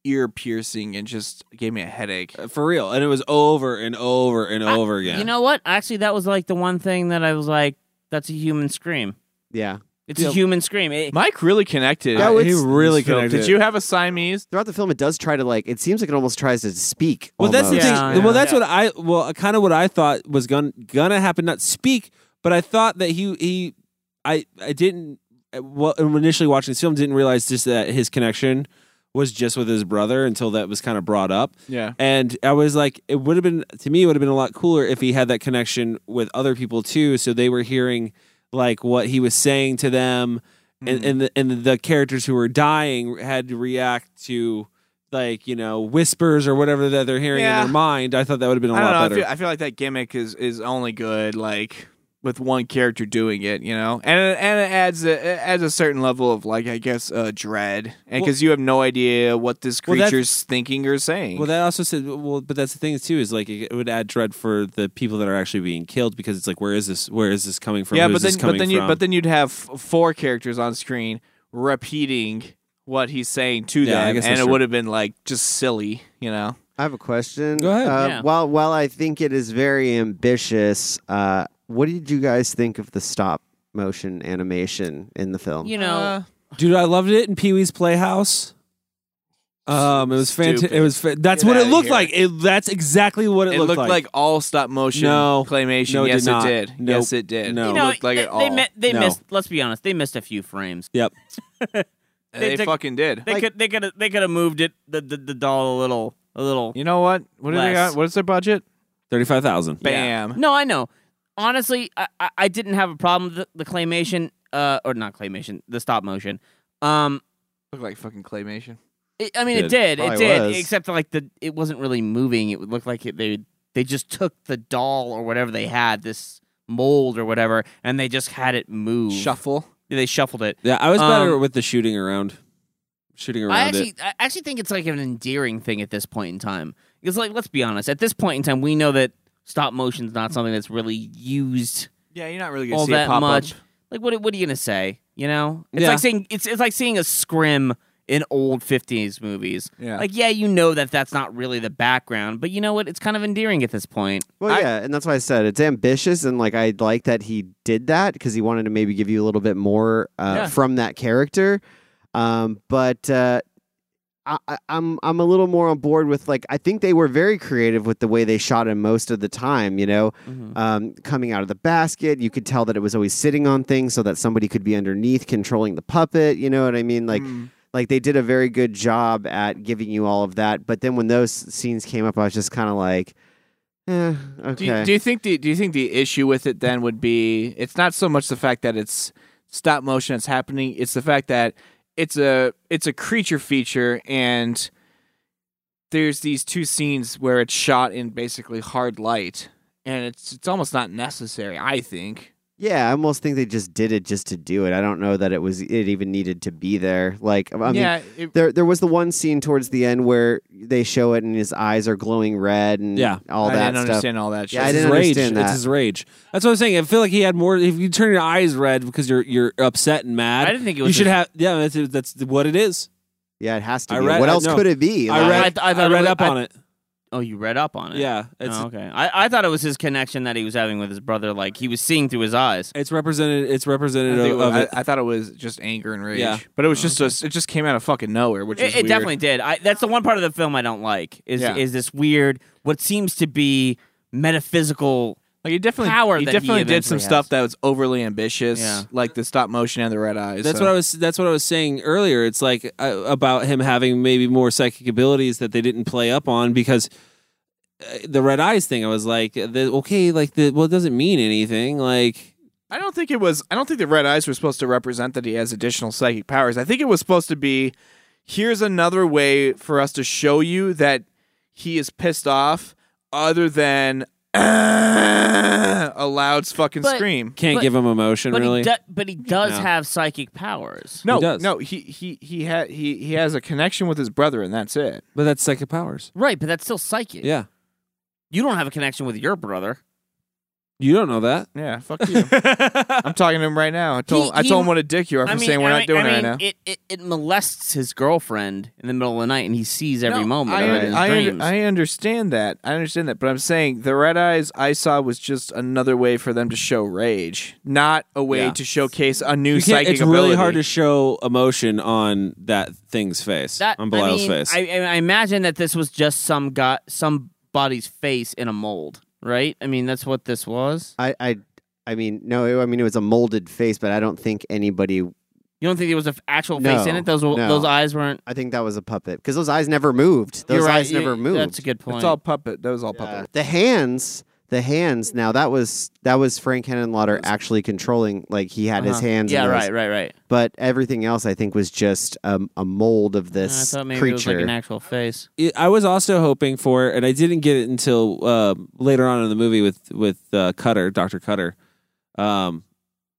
S8: ear piercing and just gave me a headache.
S1: Uh, For real, and it was over and over and
S9: I-
S1: over again.
S9: You know what? Actually, that was like the one thing that I was like, that's a human scream.
S10: yeah.
S9: It's
S1: Yeah.
S9: a human scream. It-
S8: Mike really connected.
S10: Yeah,
S1: he
S10: it's-
S1: really
S8: This film.
S1: connected.
S8: Did you have a Siamese?
S10: Throughout the film, it does try to like. It seems like it almost tries to speak.
S1: Well, that's the
S10: almost.
S1: thing.
S9: Yeah, yeah.
S1: Well, that's
S9: Yeah.
S1: what I. Well, kind of what I thought was gonna gonna happen. Not speak, but I thought that he he. I I didn't. Well, initially watching this film, didn't realize just that his connection was just with his brother until that was kind of brought up.
S8: Yeah.
S1: And I was like, it would have been to me, it would have been a lot cooler if he had that connection with other people too, so they were hearing like what he was saying to them,
S8: Mm-hmm.
S1: and and the, and the characters who were dying had to react to like you know whispers or whatever that they're hearing in
S8: Yeah.
S1: their mind. I thought that would have been a
S8: I
S1: lot
S8: don't know. I
S1: better.
S8: feel, I feel like that gimmick is is only good like with one character doing it, you know, and it, and it adds a, it adds a certain level of like I guess uh, dread, and because you have no idea what this
S1: Well, that's-
S8: creature's thinking or saying.
S1: Well, that also said, well, but that's the thing too is like it would add dread for the people that are actually being killed because it's like, where is this? Where is this coming from?
S8: yeah,
S1: Who
S8: but
S1: is
S8: then
S1: this
S8: but
S1: coming
S8: then you
S1: from?
S8: but then you'd have f- four characters on screen repeating what he's saying to
S1: Yeah, I
S8: them,
S1: guess
S8: and
S1: that's
S8: it
S1: true.
S8: would have been like just silly, you know.
S10: I have a question.
S8: Go ahead.
S10: Uh,
S8: Yeah.
S10: While while I think it is very ambitious, uh, what did you guys think of the stop motion animation in the film?
S9: You know,
S1: dude, I loved it in Pee Wee's Playhouse. Um, it was fantastic.
S8: Stupid.
S1: It was fa- that's
S8: Get
S1: what it
S8: outta
S1: looked
S8: here.
S1: like. It that's exactly what it,
S8: It looked like all stop motion
S1: No.
S8: claymation.
S1: No, it
S8: yes,
S1: did not.
S8: it did.
S1: Nope.
S8: Yes, it did.
S1: No.
S8: it
S1: You know,
S8: looked like
S9: they,
S8: it all.
S9: They, mi- they
S1: No.
S9: missed. Let's be honest. They missed a few frames.
S1: Yep.
S8: They
S9: took-
S8: fucking did.
S9: They could. They could. have They could have moved it. The, the the doll a little. A little.
S8: You know what? What do they
S9: Less.
S8: got? What is their budget?
S1: thirty five thousand.
S8: Bam.
S9: No, I know. Honestly, I, I, I didn't have a problem with the, the claymation, uh, or not claymation, the stop motion. Um,
S8: Looked like fucking claymation.
S9: it, I mean,
S8: Did.
S9: it did.
S8: Probably
S9: It did.
S8: was.
S9: Except for, like the, it wasn't really moving. It would look like it, they they just took the doll or whatever they had, this mold or whatever, and they just had it move.
S8: Shuffle.
S9: Yeah, They shuffled it.
S1: Yeah, I was
S9: Um,
S1: better with the shooting around, shooting around
S9: I actually,
S1: it.
S9: I actually think it's like an endearing thing at this point in time. Because, like, let's be honest. At this point in time, we know that stop motion's not something that's really used
S8: Yeah, you're not really gonna
S9: all
S8: see it
S9: that
S8: pop
S9: much.
S8: up.
S9: Like, what? What are you gonna say? You know, it's
S8: Yeah.
S9: like seeing it's it's like seeing a scrim in old fifties movies.
S8: Yeah.
S9: Like, yeah, you know that that's not really the background, but you know what? It's kind of endearing at this point.
S10: Well, yeah, and that's why I said it's ambitious, and like I like that he did that because he wanted to maybe give you a little bit more uh,
S9: Yeah.
S10: from that character. Um, but uh, I, I- I'm I'm a little more on board with like I think they were very creative with the way they shot him most of the time. You know,
S8: Mm-hmm.
S10: um, coming out of the basket, you could tell that it was always sitting on things so that somebody could be underneath controlling the puppet. You know what I mean? Like.
S8: Mm.
S10: Like they did a very good job at giving you all of that, but then when those scenes came up, I was just kind of like, "Eh, okay."
S8: Do you, do you think the do you think the issue with it then would be it's not so much the fact that it's stop motion that's happening, it's the fact that it's a it's a creature feature and there's these two scenes where it's shot in basically hard light and it's it's almost not necessary, I think.
S10: Yeah, I almost think they just did it just to do it. I don't know that it was it even needed to be there. Like I mean,
S8: Yeah, it-
S10: there there was the one scene towards the end where they show it and his eyes are glowing red and
S1: Yeah.
S10: all
S8: I
S10: that
S8: didn't
S10: stuff.
S8: understand all that shit.
S10: Yeah, I
S1: It's his
S10: didn't
S1: rage.
S10: understand that.
S1: It's his rage. That's what I'm saying. I feel like he had more. If you turn your eyes red because you're you're upset and mad,
S9: I didn't think it
S1: You
S9: was
S1: should
S9: his-
S1: have. Yeah, that's that's what it is.
S10: yeah, it has to
S1: I
S10: be.
S1: read-
S10: what
S1: I
S10: else
S1: know.
S10: could it be?
S1: I
S10: Like,
S1: read. I,
S9: thought it
S1: read
S9: was-
S1: up
S9: I-
S1: on it.
S9: Oh, you read up on it.
S1: Yeah, it's-
S9: Oh, okay. I, I thought it was his connection that he was having with his brother. Like he was seeing through his eyes.
S1: It's represented. It's
S8: I,
S1: representative
S8: think it was-
S1: of it.
S8: I- I thought it was just anger and rage,
S1: Yeah.
S8: but it was just a, it just came out of fucking nowhere, which is
S9: It, it
S8: weird.
S9: definitely did. I, that's the one part of the film I don't like. Is
S8: Yeah.
S9: is this weird? What seems to be metaphysical.
S8: Like he definitely
S9: power
S8: he
S9: that
S8: definitely did some
S9: eventually has.
S8: stuff that was overly ambitious,
S9: Yeah.
S8: like the stop motion and the red eyes.
S1: That's
S8: so-
S1: what I was. That's what I was saying earlier. It's like uh, about him having maybe more psychic abilities that they didn't play up on because uh, the red eyes thing. I was like, uh, the, okay, like the well, it doesn't mean anything. Like
S8: I don't think it was. I don't think the red eyes were supposed to represent that he has additional psychic powers. I think it was supposed to be here's another way for us to show you that he is pissed off, other than [clears throat] a loud fucking
S9: But-
S8: scream.
S1: can't
S9: But-
S1: give him emotion
S9: But
S1: really.
S9: he do, but he does
S1: No.
S9: have psychic powers.
S8: No,
S1: He does.
S8: no, he he he ha- he he has a connection with his brother, and that's it.
S1: but that's psychic powers.
S9: Right, but that's still psychic.
S1: Yeah,
S9: You don't have a connection with your brother.
S1: you don't know that.
S8: Yeah, fuck [laughs] you. I'm talking to him right now. I told
S9: He-
S8: I
S9: he-
S8: told him what a dick you are for saying we're
S9: I
S8: not doing it
S9: I
S8: right
S9: mean,
S8: now.
S9: It, it, it molests his girlfriend in the middle of the night, and he sees every
S8: No,
S9: moment
S8: I,
S9: of it
S8: under-
S9: in his
S8: I, under-
S9: dreams.
S8: I understand that. I understand that. But I'm saying the red eyes I saw was just another way for them to show rage, not a way
S1: Yeah.
S8: to showcase a
S1: You
S8: new
S1: can't-
S8: psychic
S1: it's
S8: ability.
S1: really hard to show emotion on that thing's face
S9: that,
S1: on
S9: I
S1: Belial's
S9: mean,
S1: face.
S9: I, I- I imagine that this was just some guy, somebody's face in a mold, right? I mean, that's what this was.
S10: I I I mean no, I mean it was a molded face, but I don't think anybody
S9: You don't think there was an actual
S10: No,
S9: face in it? Those were-
S10: no.
S9: those eyes weren't.
S10: I think that was a puppet because those eyes never moved. Those
S9: You're right,
S10: eyes
S9: you-
S10: never moved. Uh,
S9: that's a good point.
S8: It's all puppet. That was all puppet.
S10: the hands the hands now that was that was frank henenlotter actually controlling like he had his
S9: Uh-huh.
S10: hands in
S9: Yeah,
S10: those.
S9: right, right, right.
S10: but everything else i think was just um, a mold of this
S9: I thought maybe
S10: creature
S9: it was like an actual face.
S1: it, I was also hoping for, and I didn't get it until um later on in the movie with with uh, Cutter, Doctor Cutter, um,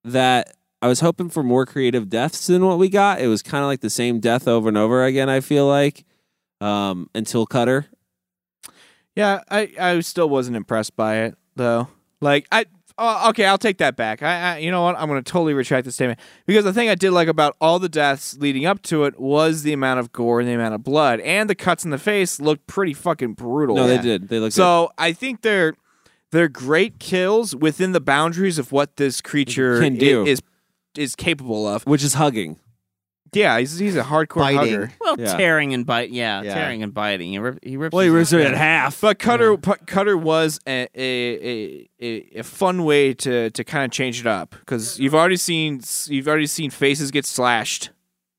S1: that I was hoping for more creative deaths than what we got. It was kind of like the same death over and over again. I feel like um, until Cutter,
S8: Yeah, I, I still wasn't impressed by it though. Like I oh, okay, I'll take that back. I, I you know what? I'm going to totally retract the statement because the thing I did like about all the deaths leading up to it was the amount of gore and the amount of blood and the cuts in the face looked pretty fucking brutal.
S1: No, they Yeah. did. They looked
S8: So, I think they're they're great kills within the boundaries of what this creature
S1: Can do.
S8: i- is is capable of.
S1: which is hugging.
S8: Yeah, he's he's a hardcore hugger.
S9: Well,
S8: Yeah.
S9: tearing and bite. Yeah,
S8: Yeah.
S9: tearing and biting. He, rip, he rips.
S8: Well, he rips
S9: his eye
S8: it
S9: out.
S8: in half. But Cutter, Pu- Cutter was a a, a, a, a fun way to, to kind of change it up because you've already seen you've already seen faces get slashed.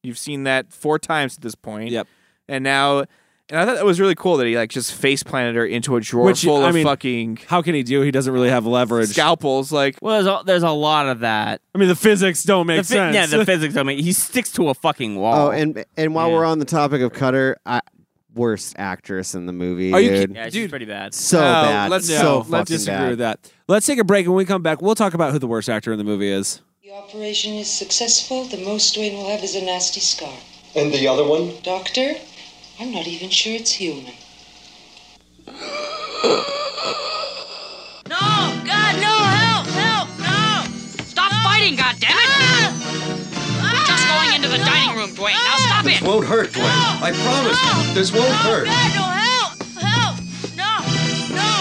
S8: You've seen that four times at this point. Yep. And now, and I thought that was really cool that he like just face planted her into a drawer
S1: Which
S8: full
S1: I
S8: of
S1: mean,
S8: fucking
S1: how can he do? He doesn't really have leverage.
S8: Scalpels, like
S9: well, there's a, there's a lot of that.
S1: I mean, the physics don't make
S9: The phy-
S1: sense.
S9: Yeah, the physics. I mean, he sticks to a fucking wall.
S10: oh and and while we're on the topic of cutter I, worst actress in the movie
S1: [laughs] Are you
S10: dude
S1: kidding?
S9: yeah, she's
S1: Dude.
S9: pretty bad.
S10: so
S1: No,
S10: bad
S1: Let's
S10: so
S1: no, let's
S10: fucking
S1: disagree
S10: bad.
S1: with that. Let's take a break, and when we come back, we'll talk about who the worst actor in the movie is.
S12: The operation is successful. The most Dwayne will have is a nasty scar.
S1: And the other one.
S12: Doctor, I'm not even sure it's human.
S5: No! God, no! Help! Help! No! Ah! Stop fighting, goddammit! I'm just going into the dining room, Dwayne. Now stop it!
S4: This won't hurt, Dwayne. I promise. This won't hurt.
S5: Ah! no, help! Help! No! No!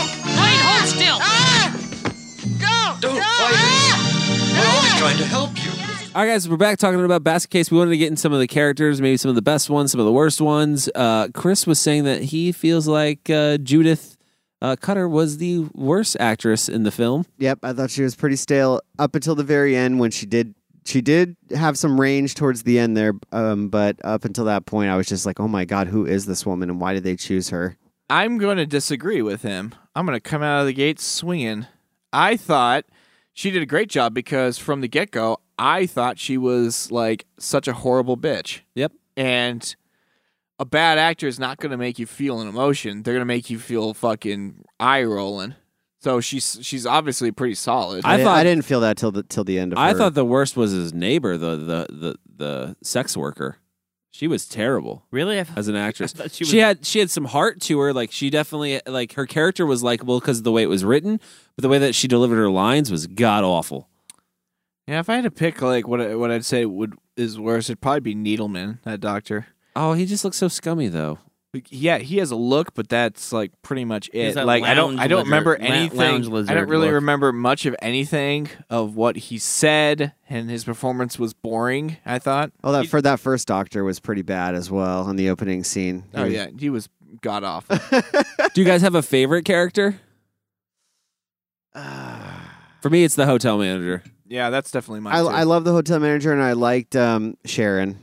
S5: Dwayne, hold still! No! Ah!
S4: Don't fight us. We're only trying to help you.
S1: All right, guys, we're back talking about Basket Case. We wanted to get in some of the characters, maybe some of the best ones, some of the worst ones. Uh, Chris was saying that he feels like uh, Judith uh, Cutter was the worst actress in the film.
S10: Yep, I thought she was pretty stale up until the very end when she did she did have some range towards the end there, um, but up until that point, I was just like, oh my god, who is this woman and why did they choose her?
S8: I'm going to disagree with him. I'm going to come out of the gate swinging. I thought she did a great job because from the get go, I thought she was like such a horrible bitch.
S1: Yep.
S8: And a bad actor is not going to make you feel an emotion. They're going to make you feel fucking eye rolling. So she's she's obviously pretty solid.
S10: I, thought I didn't feel that till the till the end of
S1: I
S10: her.
S1: thought the worst was his neighbor, the the the, the sex worker. She was terrible.
S9: Really?
S1: As an [laughs] actress,
S9: thought
S1: she,
S9: she was-
S1: had she had some heart to her. Like she definitely like her character was likable because of the way it was written, but the way that she delivered her lines was god awful.
S8: Yeah, if I had to pick like what I, what I'd say would is worse, it'd probably be Needleman, that doctor.
S1: Oh, he just looks so scummy though.
S8: Like, Yeah, he has a look, but that's like pretty much it.
S9: that
S8: Like I don't
S9: lounge
S8: I don't
S9: lizard-
S8: remember
S9: lou- lounge
S8: anything. I
S9: lizard
S8: don't really
S9: look.
S8: remember much of anything of what he said, and his performance was boring. I thought.
S10: Oh, that for that first doctor was pretty bad as well on the opening scene.
S8: Oh
S9: Mm.
S8: yeah, he was god
S9: [laughs]
S8: awful.
S1: Do you guys have a favorite character? For me, it's the hotel manager.
S8: yeah, that's definitely my.
S10: [sighs] I, I love the hotel manager and I liked um, Sharon.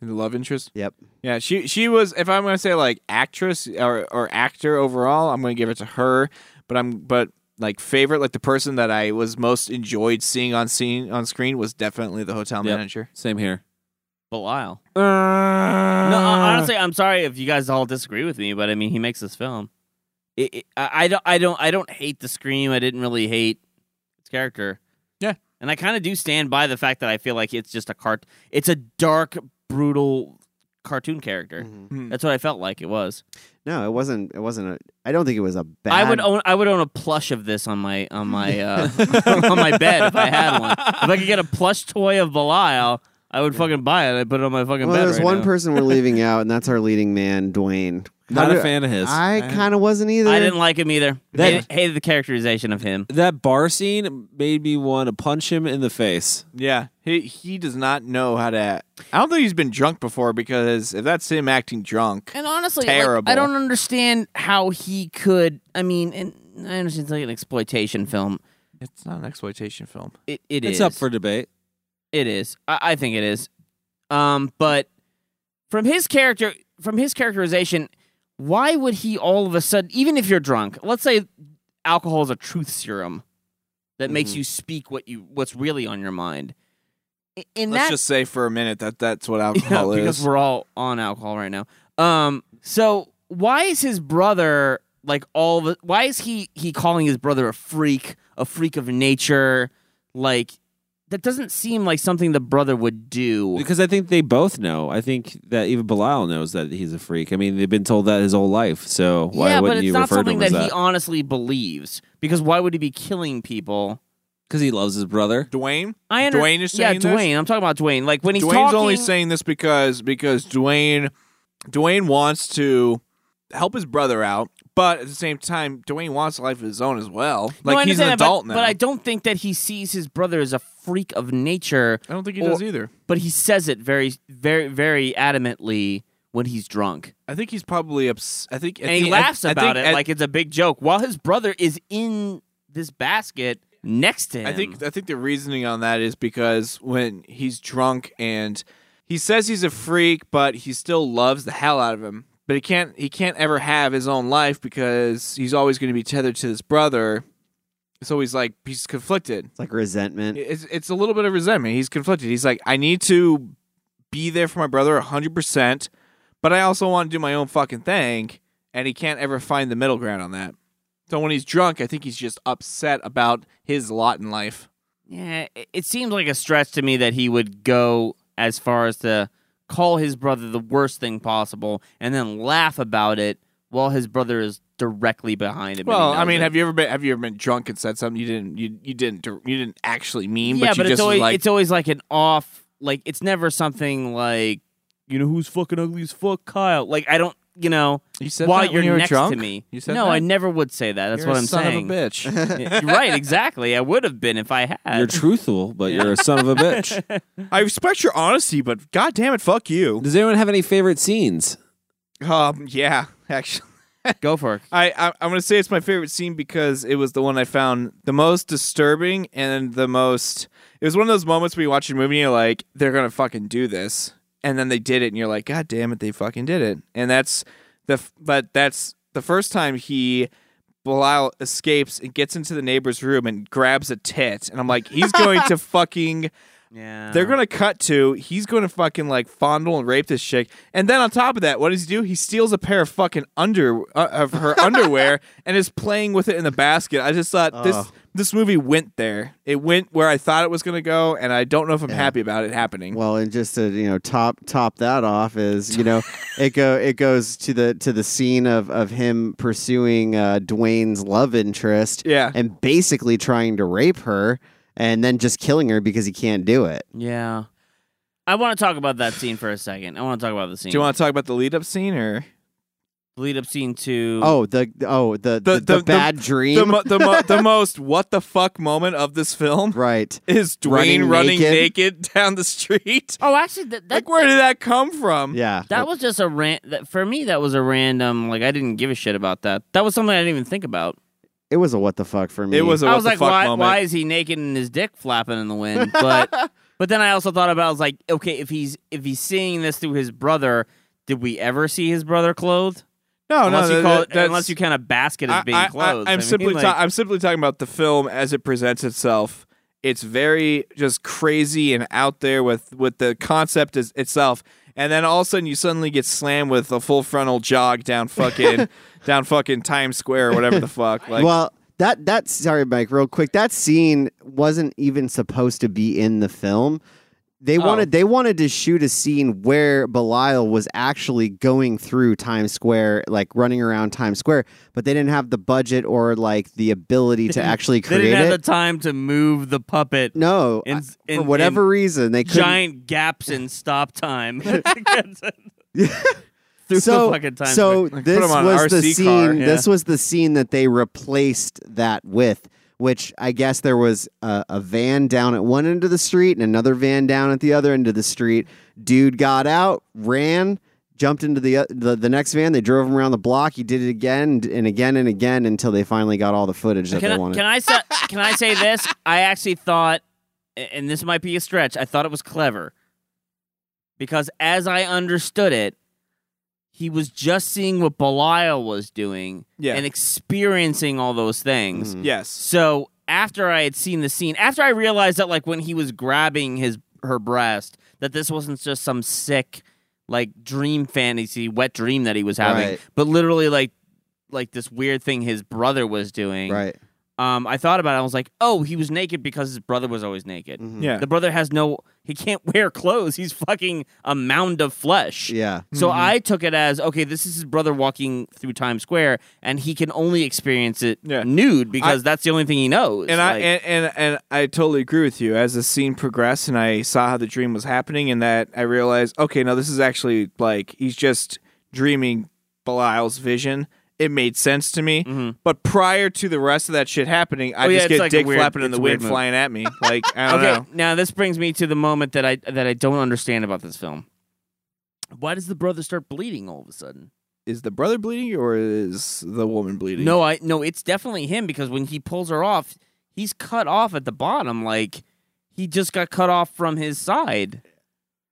S8: The love interest.
S10: Yep.
S8: Yeah, she she was. If I'm gonna say like actress or or actor overall, I'm gonna give it to her. But I'm but like favorite, like the person that I was most enjoyed seeing on scene on screen was definitely the hotel
S1: Yep.
S8: manager.
S1: Same here.
S9: Belial. no,
S10: Uh.
S9: hon- honestly, I'm sorry if you guys all disagree with me, but I mean, he makes this film. It, it, I, I don't, I don't, I don't hate the scream. I didn't really hate its character.
S8: Yeah,
S9: and I kind of do stand by the fact that I feel like it's just a cart. It's a dark, brutal cartoon character.
S10: Hmm.
S9: That's what I felt like it was.
S10: No, it wasn't. It wasn't. A, I don't think it was a bad.
S9: I would own, I would own a plush of this on my, on my, uh, [laughs] on my bed if I had one. If I could get a plush toy of Belial, I would fucking buy it. I'd put it on my fucking
S10: Well,
S9: bed.
S10: there's
S9: right
S10: one
S9: now. [laughs]
S10: person we're leaving out, and that's our leading man, Dwayne.
S1: Not
S10: How
S1: a
S10: do-
S1: fan of his.
S10: I kind of wasn't either.
S9: I didn't like him either.
S1: That-
S9: Hated- hated the characterization of him.
S1: That bar scene made me want to punch him in the face.
S8: Yeah, he he does not know how to. I don't think he's been drunk before because if that's him acting drunk,
S9: And honestly, like,
S8: terrible.
S9: I don't understand how he could. I mean, and I understand it's like an exploitation film.
S8: It's not an exploitation film.
S9: It it
S1: it's
S9: is.
S1: up for debate.
S9: It is. I, I think it is. Um, but from his character, from his characterization, why would he all of a sudden, even if you're drunk, let's say alcohol is a truth serum that makes
S8: Mhm.
S9: you speak what you what's really on your mind. I- In
S8: Let's
S9: that,
S8: just say for a minute that that's what
S9: [laughs] Yeah,
S8: alcohol is.
S9: because we're all on alcohol right now. Um, so why is his brother like all the? Why is he he calling his brother a freak, a freak of nature? Like that doesn't seem like something the brother would do.
S1: Because I think they both know. I think that even Belial knows that he's a freak. I mean, they've been told that his whole life. So why
S9: yeah, but
S1: wouldn't
S9: it's
S1: you
S9: not
S1: refer to him
S9: something
S1: as
S9: that,
S1: that?
S9: he honestly believes. Because why would he be killing people?
S1: Because he loves his brother.
S8: Dwayne.
S9: I under-
S8: Dwayne is
S9: yeah,
S8: saying this?
S9: Dwayne. I'm talking about Dwayne. Like when he's
S8: Dwayne's
S9: talking,
S8: only saying this because because Dwayne Dwayne wants to help his brother out, but at the same time, Dwayne wants a life of his own as well.
S9: No,
S8: Like
S9: I
S8: he's an
S9: understand that,
S8: adult
S9: but,
S8: now.
S9: But I don't think that he sees his brother as a freak of nature. I
S8: don't think he does either.
S9: But he says it very, very, very adamantly when he's drunk.
S8: I think he's probably ups- I think I
S9: and
S8: think-
S9: he
S8: I-
S9: laughs
S8: I
S9: about
S8: think
S9: it
S8: at-
S9: like it's a big joke while his brother is in this basket next to him.
S8: I think I think the reasoning on that is because when he's drunk and he says he's a freak, but he still loves the hell out of him. But he can't he can't ever have his own life because he's always going to be tethered to his brother. So he's like he's conflicted.
S10: It's like resentment.
S8: It's it's a little bit of resentment. He's conflicted. He's like I need to be there for my brother 100%, but I also want to do my own fucking thing and he can't ever find the middle ground on that. So when he's drunk, I think he's just upset about his lot in life.
S9: Yeah, it- it seems like a stretch to me that he would go as far as to call his brother the worst thing possible and then laugh about it while his brother is directly behind him. and he
S8: Well, I
S9: knows
S8: mean,
S9: it.
S8: have you ever been have you ever been drunk and said something you didn't you, you didn't you didn't actually mean,
S9: yeah,
S8: but you
S9: but
S8: just
S9: it's always
S8: like
S9: it's always like an off. Like it's never something like you know who's fucking ugly as fuck, Kyle. Like I don't, you know,
S8: You said
S9: while
S8: that when
S9: you're
S8: you were
S9: next
S8: drunk?
S9: to me.
S8: You said
S9: no,
S8: that?
S9: I never would say that. That's
S8: You're
S9: what
S8: a
S9: I'm
S8: son of a
S9: saying.
S8: bitch.
S9: You're right, exactly. I would have been if I had.
S1: You're truthful, but you're a son
S9: [laughs]
S1: of a bitch.
S8: [laughs] I respect your honesty, but god damn it, fuck you.
S1: Does anyone have any favorite scenes?
S8: um yeah, [laughs] actually.
S9: Go for it.
S8: I, I I'm gonna say it's my favorite scene because it was the one I found the most disturbing and the most. It was one of those moments where you watch a movie and you're like, they're gonna fucking do this, and then they did it, and you're like, god damn it, they fucking did it, and that's the f- but that's the first time he. Belial escapes and gets into the neighbor's room and grabs a tit, and I'm like, he's going
S10: [laughs]
S8: to fucking
S9: Yeah.
S8: they're gonna cut to he's gonna fucking like fondle and rape this chick, and then on top of that, what does he do? He steals a pair of fucking under uh, of
S10: [laughs]
S8: her underwear and is playing with it in the basket. I just thought this
S10: Ugh.
S8: this movie went there. It went where I thought it was gonna go, and I don't know if I'm happy about it happening.
S10: Well, and just to you know top top that off is
S9: [laughs]
S10: you know it go it goes to the to the scene of of him pursuing uh, Dwayne's love interest,
S8: Yeah.
S10: and basically trying to rape her, and then just killing her because he can't do it.
S9: Yeah. I want to talk about that scene for a second. I want to talk about the
S8: Do
S9: scene.
S8: you want to talk about the lead up scene or
S9: lead up scene to?
S10: Oh, the oh the the, the bad dream,
S8: The, mo- the, mo- the most what the fuck moment of this film
S10: right?
S8: is Dwayne running,
S10: [laughs] Running
S8: naked.
S10: naked.
S8: down the
S10: [laughs]
S8: street.
S9: Oh, actually, that, that
S8: Like, where did that come from?
S10: Yeah,
S9: That was just a ran. That, for me, that was a random. Like I didn't give a shit about that. That was something I didn't even think about.
S10: it was a what the fuck for me.
S8: It was a
S9: I
S8: what
S9: was
S8: the
S9: like,
S8: fuck
S9: why?
S8: moment.
S9: Why is he naked and his dick flapping in the
S8: [laughs]
S9: wind? But but then I also thought about. I was like, okay, if he's if he's seeing this through his brother, did we ever see his brother clothed?
S8: Oh, No, no,
S9: unless you
S8: that-
S9: call
S8: that-
S9: it,
S8: that's-
S9: unless you count a basket as being clothed.
S8: I,
S9: I
S8: am
S9: mean,
S8: simply
S9: like,
S8: ta- I'm simply talking about the film as it presents itself. It's very just crazy and out there with with the concept is, itself, and then all of a sudden you suddenly get slammed with a full frontal jog down
S10: [laughs]
S8: fucking down fucking Times Square or whatever the fuck. Like,
S10: well, that that sorry, Mike, real quick. That scene wasn't even supposed to be in the film. They
S8: Oh.
S10: wanted they wanted to shoot a scene where Belial was actually going through Times Square, like running around Times Square, but they didn't have the budget or like the ability to actually
S9: [laughs] they
S10: create
S9: didn't have
S10: it.
S9: the time to move the puppet.
S10: no,
S9: in-
S10: I- for
S9: in-
S10: whatever
S9: in
S10: reason they couldn't.
S9: Giant gaps in
S8: [laughs]
S9: stop time. [laughs] through
S10: so
S9: the fucking time.
S10: so
S9: square.
S10: this
S8: him on
S10: was
S8: an
S10: the
S8: RC
S10: scene.
S8: car.
S10: This
S8: Yeah.
S10: was the scene that they replaced that with, which I guess there was a, a van down at one end of the street and another van down at the other end of the street. Dude got out, ran, jumped into the o- the, the next van. They drove him around the block. He did it again and again and again until they finally got all the footage that
S9: can
S10: they
S9: I,
S10: wanted.
S9: Can I say, can I say this? I actually thought, a- and this might be a stretch, I thought it was clever. Because as I understood it, he was just seeing what Belial was doing
S8: Yeah.
S9: and experiencing all those things.
S10: Mm-hmm.
S8: Mhm. Yes.
S9: So after I had seen the scene, after I realized that like when he was grabbing his her breast, that this wasn't just some sick like dream fantasy, wet dream that he was having,
S10: Right.
S9: but literally like like this weird thing his brother was doing.
S10: Right.
S9: Um, I thought about it. I was like, oh, he was naked because his brother was always naked.
S8: Mm-hmm.
S10: Yeah.
S9: The brother has no, he can't [laughs] wear clothes. He's fucking a mound of flesh.
S10: Yeah.
S9: So
S8: Mm-hmm.
S9: I took it as okay, this is his brother walking through Times Square, and he can only experience it nude because
S8: I-
S9: that's the only thing he knows.
S8: And I
S9: Like,
S8: and, and and I totally agree with you. As the scene progressed, and I saw how the dream was happening, and that I realized, okay, no, this is actually like he's just dreaming Belial's vision. It made sense to me. But prior to the rest of that shit happening, I
S9: Mm-hmm. Oh, yeah,
S8: just
S9: it's
S8: get
S9: like a
S8: dick
S9: weird-
S8: flapping in
S9: it's
S8: the
S9: a weird
S8: wind
S9: move.
S8: flying at me. Like I don't
S9: okay,
S8: know.
S9: now this brings me to the moment that I that I don't understand about this film. Why does the brother start bleeding all of a sudden?
S8: Is the brother bleeding or is the woman bleeding?
S9: No, I no, it's definitely him because when he pulls her off, he's cut off at the bottom. Like he just got cut off from his side.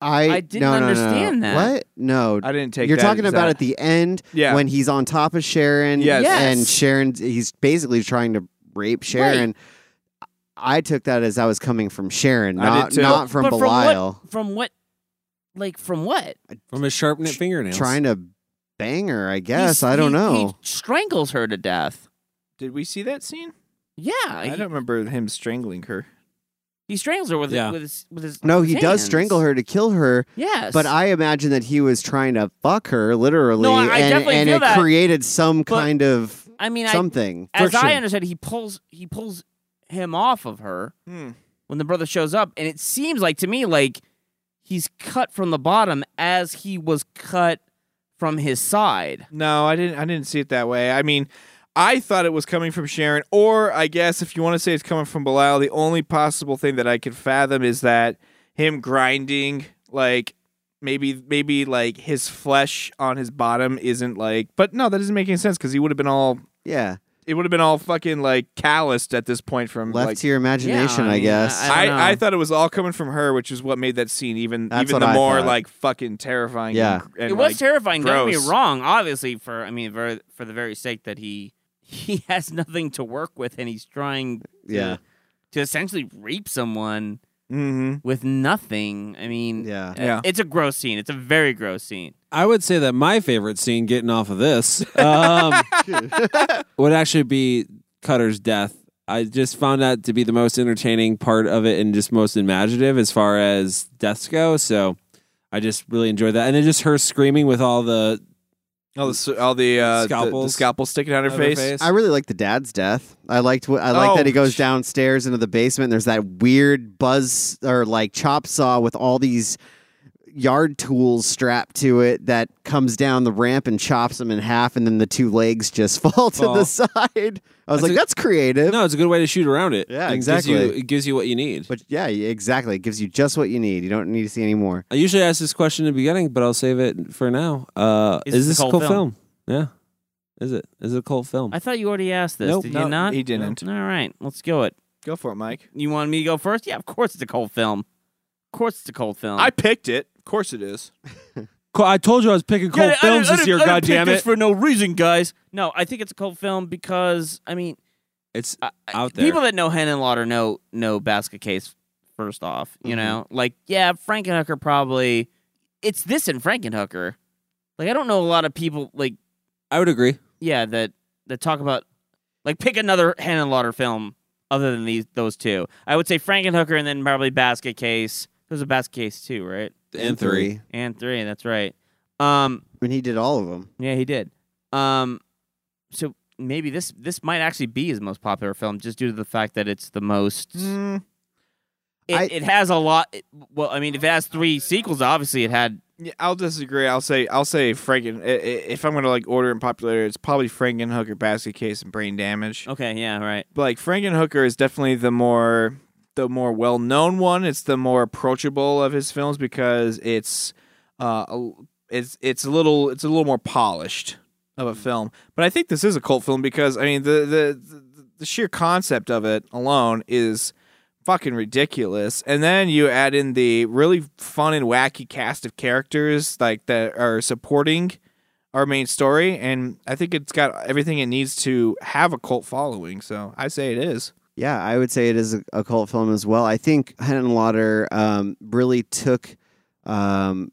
S10: I,
S9: I didn't
S10: no, no, no.
S9: understand that.
S10: What? No,
S8: I didn't take
S10: You're
S8: that
S10: talking
S8: as
S10: about
S8: that.
S10: at the end,
S8: Yeah.
S10: when he's on top of Sharon,
S8: Yes. Yes.
S10: and Sharon, he's basically trying to rape Sharon. I took that as that was coming from Sharon,
S8: I did
S10: not
S8: too.
S10: not from
S9: But from what-
S10: Belial,
S9: From what? Like from what?
S1: From his sharp knit fingernails.
S10: trying to bang her. I guess
S9: He's-
S10: I don't
S9: he-
S10: know.
S9: He strangles her to death.
S8: Did we see that scene?
S9: Yeah,
S8: I
S9: he,
S8: don't remember him strangling her.
S9: he strangles her with
S8: Yeah.
S9: with his with his.
S10: no, he does
S9: hands.
S10: strangle her to kill her.
S9: Yes.
S10: But I imagine that he was trying to fuck her literally,
S9: No, I- I
S10: and,
S9: definitely
S10: and
S9: feel
S10: it
S9: that.
S10: created some kind of
S9: I mean, I-
S10: something.
S9: as I understood, he pulls he pulls him off of her
S8: Hmm.
S9: when the brother shows up, and it seems like to me like he's cut from the bottom as he was cut from his side.
S8: No, I didn't. I didn't see it that way. I mean, I thought it was coming from Sharon, or I guess if you want to say it's coming from Belial, the only possible thing that I could fathom is that him grinding, like maybe, maybe like his flesh on his bottom isn't like. But no, that doesn't make any sense because he would have been all.
S10: Yeah.
S8: It would have been all fucking like calloused at this point from
S10: Left
S8: like,
S10: to your
S9: Yeah,
S10: imagination,
S9: I
S10: I,
S9: mean,
S10: guess.
S9: I don't
S8: I, I
S9: know.
S8: thought it was all coming from her, which is what made that scene even
S10: That's
S8: even
S10: what
S8: the
S10: I
S8: more
S10: thought.
S8: like fucking terrifying.
S10: Yeah.
S8: and gr- and,
S9: it was
S8: like,
S9: terrifying. Don't get
S8: gross.
S9: me wrong. Obviously, for I mean, for, for the very sake that he [laughs] he has nothing to work with, and he's trying to,
S10: Yeah.
S9: to essentially rape someone
S8: Mhm.
S9: with nothing. I mean, uh,
S10: yeah,
S1: Yeah.
S9: it's a gross scene. It's a very gross scene.
S1: I would say that my favorite scene getting off of this um,
S10: [laughs]
S1: would actually be Cutter's death. I just found that to be the most entertaining part of it and just most imaginative as far as deaths go. So I just really enjoyed that. And then just her screaming with all the
S8: all the s- all the uh, the- the
S1: Scalpels.
S8: scalpel sticking out of her
S1: Out of her
S8: face.
S1: face.
S10: I really like the dad's death. I liked what I like
S8: Oh,
S10: that he goes downstairs into the basement. There's that weird buzz or like chop saw with all these yard tools strapped to it that comes down the ramp and chops him in half, and then the two legs just [laughs] fall to
S1: Fall.
S10: the side. I was
S1: That's
S10: like,
S1: a-
S10: that's creative.
S1: No, it's a good way to shoot around it.
S10: Yeah,
S1: It gives you-
S10: exactly.
S1: it gives you what you need.
S10: But yeah, exactly. It gives you just what you need. You don't need to see any more.
S1: I usually ask this question in the beginning, but I'll save it for now. Uh,
S9: Is
S1: is,
S9: this
S1: this
S9: a
S1: a
S9: cult
S1: cult film? Yeah. Is it? Is it a cult film?
S9: I thought you already asked this.
S1: Nope.
S9: Did
S1: No,
S9: you not?
S8: he didn't.
S9: All right, let's go it.
S8: Go for it, Mike.
S9: You want me to go first? Yeah, of course it's a cold film. Of course it's a cold film.
S8: I picked it. Of course it is.
S1: I told you I was picking
S9: Yeah,
S1: cult
S9: I didn't-
S1: films
S9: I
S1: this
S9: didn't-
S1: year.
S9: I didn't pick
S1: goddammit.
S9: this for no reason, guys. No, I think it's a cult film because I mean,
S1: it's
S9: I- I-
S1: out there.
S9: People that know Henenlotter know know Basket Case. First off, you
S1: Mhm.
S9: know, like yeah, Frankenhooker probably. It's this and Frankenhooker. Like I don't know a lot of people like
S1: I would agree.
S9: yeah that that talk about like pick another Henenlotter film other than these those two. I would say Frankenhooker and then probably Basket Case. There's a Basket Case too, right?
S1: And three.
S9: And three. That's right. Um.
S10: And he did all of them.
S9: Yeah, he did. Um, so maybe this this might actually be his most popular film, just due to the fact that it's the most. It,
S10: I-
S9: it has a lot. it- well, I mean, if it has three sequels, obviously it had.
S8: Yeah, I'll disagree. I'll say I'll say Franken. i- i- If I'm gonna like order in popularity, it's probably Frankenhooker, Basket Case, and Brain Damage.
S9: Okay, yeah, right.
S8: But like Frankenhooker is definitely the more the more well known one. It's the more approachable of his films because it's uh a- it's it's a little it's a little more polished of a film. But I think this is a cult film because I mean the the the, the sheer concept of it alone is fucking ridiculous. And then you add in the really fun and wacky cast of characters like that are supporting our main story, and I think it's got everything it needs to have a cult following. So I say it is.
S10: Yeah, I would say it is a, a cult film as well. I think Hen and Lauder um, really took um,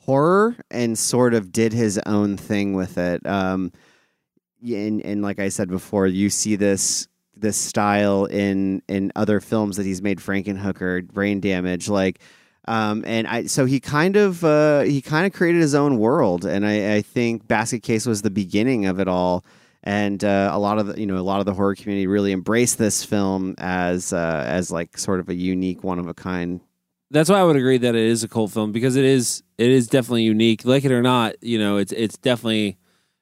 S10: horror and sort of did his own thing with it. Um, y- and, and like I said before, you see this this style in in other films that he's made, Frankenhooker, Brain Damage, like. Um, and I, so he kind of uh, he kind of created his own world, and I, I think Basket Case was the beginning of it all and uh, a lot of the, you know a lot of the horror community really embraced this film as uh, as like sort of a unique one of a kind.
S1: That's why I would agree that it is a cult film because it is it is definitely unique. Like it or not, you know, it's it's definitely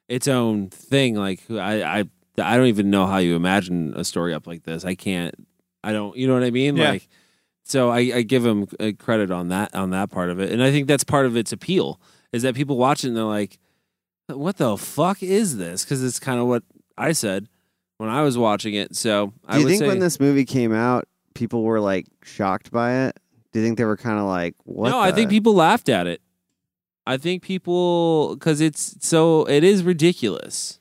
S1: its own thing. Like I I I don't even know how you imagine a story up like this. I can't. I don't. You know what I mean?
S8: Yeah.
S1: Like so I, I give him uh, credit on that on that part of it, and I think that's part of its appeal is that people watch it and they're like, "What the fuck is this?" Because it's kind of what I said when I was watching it. So
S10: Do
S1: I
S10: you
S1: would
S10: think
S1: say,
S10: when this movie came out, people were like shocked by it? Do you think they were kind of like what?
S1: no, I
S10: the-
S1: think people laughed at it. I think people because it's so it is ridiculous.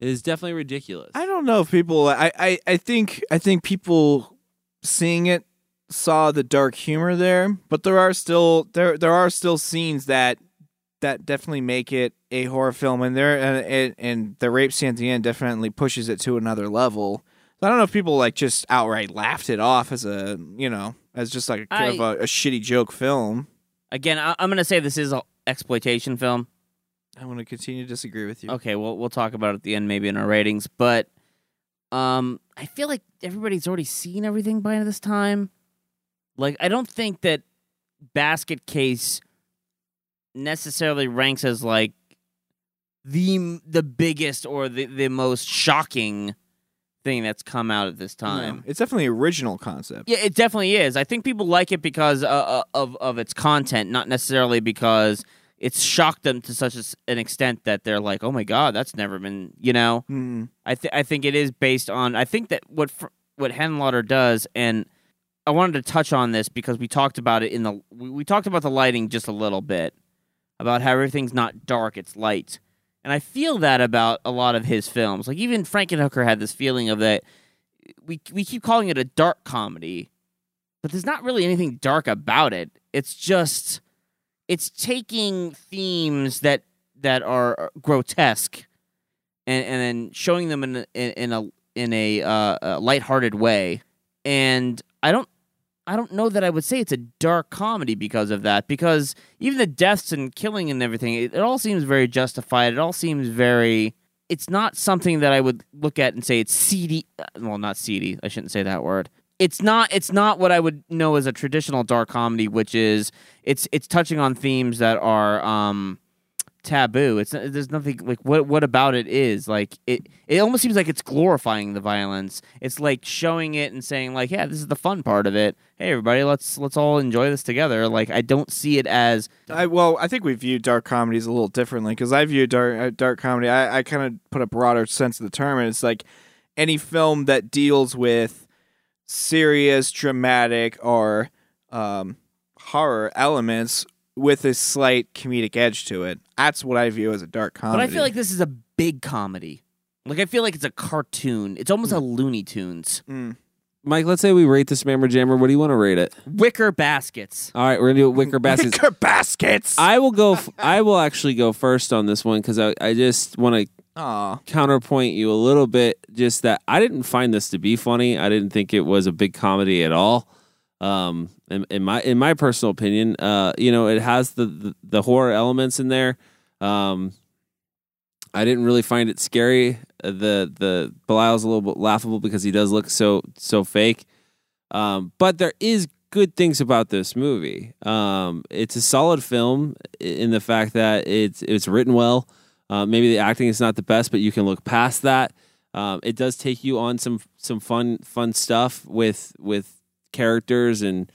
S1: It is definitely ridiculous.
S8: I don't know if people. I, I, I think I think people seeing it saw the dark humor there, but there are still there there are still scenes that that definitely make it a horror film, and there and and, and the rape scene at the end definitely pushes it to another level. I don't know if people like just outright laughed it off as a you know as just like a, kind
S9: I-
S8: of a, a shitty joke film.
S9: Again, I, I'm going to say this is an exploitation film.
S8: I'm going to continue to disagree with you.
S9: Okay, well, we'll talk about it at the end, maybe in our ratings. But um, I feel like everybody's already seen everything by this time. Like, I don't think that Basket Case necessarily ranks as like the the biggest or the, the most shocking thing that's come out at this time.
S8: No, it's definitely original concept.
S9: Yeah, it definitely is. I think people like it because uh, uh, of of its content, not necessarily because it's shocked them to such as- an extent that they're like, "Oh my god, that's never been," you know.
S8: Mm.
S9: I th- I think it is based on. I think that what fr- what Henlotter does, and I wanted to touch on this because we talked about it in the we, we talked about the lighting just a little bit about how everything's not dark, it's light, and I feel that about a lot of his films. Like even Frankenhooker had this feeling of that. We we keep calling it a dark comedy, but there's not really anything dark about it. It's just it's taking themes that that are grotesque and and then showing them in a, in, in a in a uh, a lighthearted way. And I don't I don't know that I would say it's a dark comedy because of that because even the deaths and killing and everything it, it all seems very justified. It all seems very it's not something that I would look at and say it's seedy. uh, Well, not seedy. I shouldn't say that word. It's not. It's not what I would know as a traditional dark comedy, which is it's it's touching on themes that are um, taboo. It's there's nothing like what what about it is like it. It almost seems like it's glorifying the violence. It's like showing it and saying like, yeah, this is the fun part of it. Hey, everybody, let's let's all enjoy this together. Like I don't see it as
S8: I well, I think we view dark comedies a little differently because I view dark uh, dark comedy. I, I kind of put a broader sense of the term, and it's like any film that deals with serious, dramatic, or um, horror elements with a slight comedic edge to it. That's what I view as a dark comedy.
S9: But I feel like this is a big comedy. Like I feel like it's a cartoon. It's almost a Looney Tunes.
S1: Mike, let's say we rate this Mammer Jammer. What do you want to rate it?
S9: Wicker baskets.
S1: All right, we're gonna do [laughs] wicker baskets.
S8: Wicker
S9: [laughs]
S8: baskets.
S1: I will go. F- I will actually go first on this one because I, I just want
S8: to
S1: counterpoint you a little bit. Just that I didn't find this to be funny. I didn't think it was a big comedy at all. Um, in, in my in my personal opinion, uh, you know, it has the the, the horror elements in there. Um, I didn't really find it scary. Uh, The the Belial's a little bit laughable because he does look so so fake. Um, but there is good things about this movie. Um, it's a solid film i- in the fact that it's it's written well. Uh, maybe the acting is not the best, but you can look past that. Um, it does take you on some some fun fun stuff with with characters and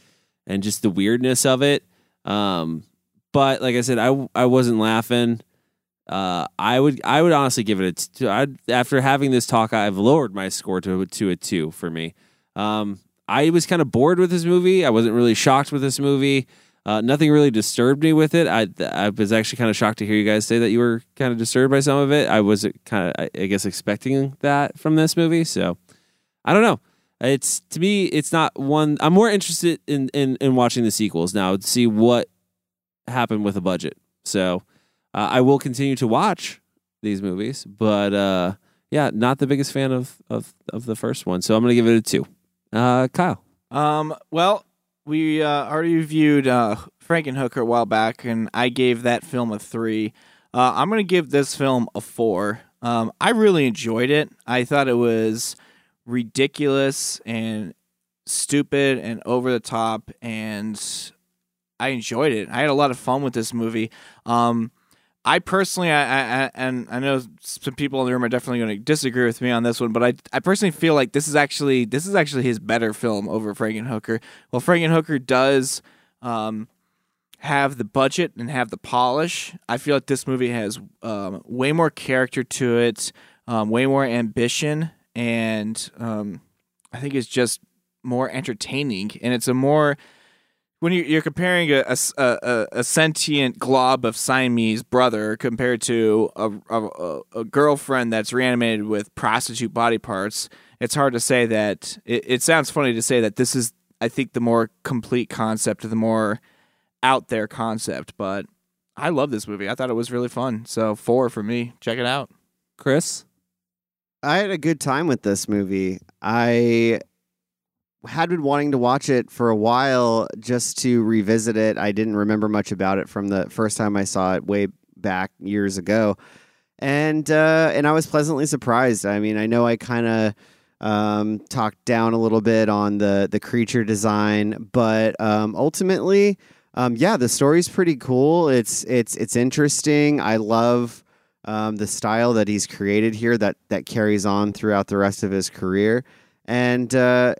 S1: and just the weirdness of it. Um, but like I said, I I wasn't laughing. Uh, I would I would honestly give it a two. I'd, after having this talk, I've lowered my score to to a two for me. Um, I was kind of bored with this movie. I wasn't really shocked with this movie. Uh, nothing really disturbed me with it. I I was actually kind of shocked to hear you guys say that you were kind of disturbed by some of it. I was kind of I I guess expecting that from this movie. So I don't know. It's to me, it's not one. I'm more interested in in, in watching the sequels now to see what happened with a budget. So uh, I will continue to watch these movies, but uh, yeah, not the biggest fan of of of the first one. So I'm gonna give it a two. Uh, Kyle,
S8: Um, well, we uh, already reviewed uh, Frankenhooker a while back, and I gave that film a three. Uh, I'm going to give this film a four. Um, I really enjoyed it. I thought it was ridiculous and stupid and over the top, and I enjoyed it. I had a lot of fun with this movie. Um, I personally, I, I, I and I know some people in the room are definitely going to disagree with me on this one, but I, I personally feel like this is actually this is actually his better film over Frankenhooker. Well, Frankenhooker does um, have the budget and have the polish. I feel like this movie has um, way more character to it, um, way more ambition, and um, I think it's just more entertaining. And it's a more when you- you're comparing a, a s- a- a- a sentient glob of Siamese brother compared to a, a, a- a girlfriend that's reanimated with prostitute body parts, it's hard to say that. It, it sounds funny to say that this is, I think, the more complete concept, the more out there concept. But I love this movie. I thought it was really fun. So, four for me. Check it out.
S1: Chris?
S10: I had a good time with this movie. I had been wanting to watch it for a while just to revisit it. I didn't remember much about it from the first time I saw it way back years ago. And uh, and I was pleasantly surprised. I mean, I know I kind of um, talked down a little bit on the the creature design, but um, ultimately, um, yeah, the story's pretty cool. It's it's it's interesting. I love um, the style that he's created here that that carries on throughout the rest of his career. And uh,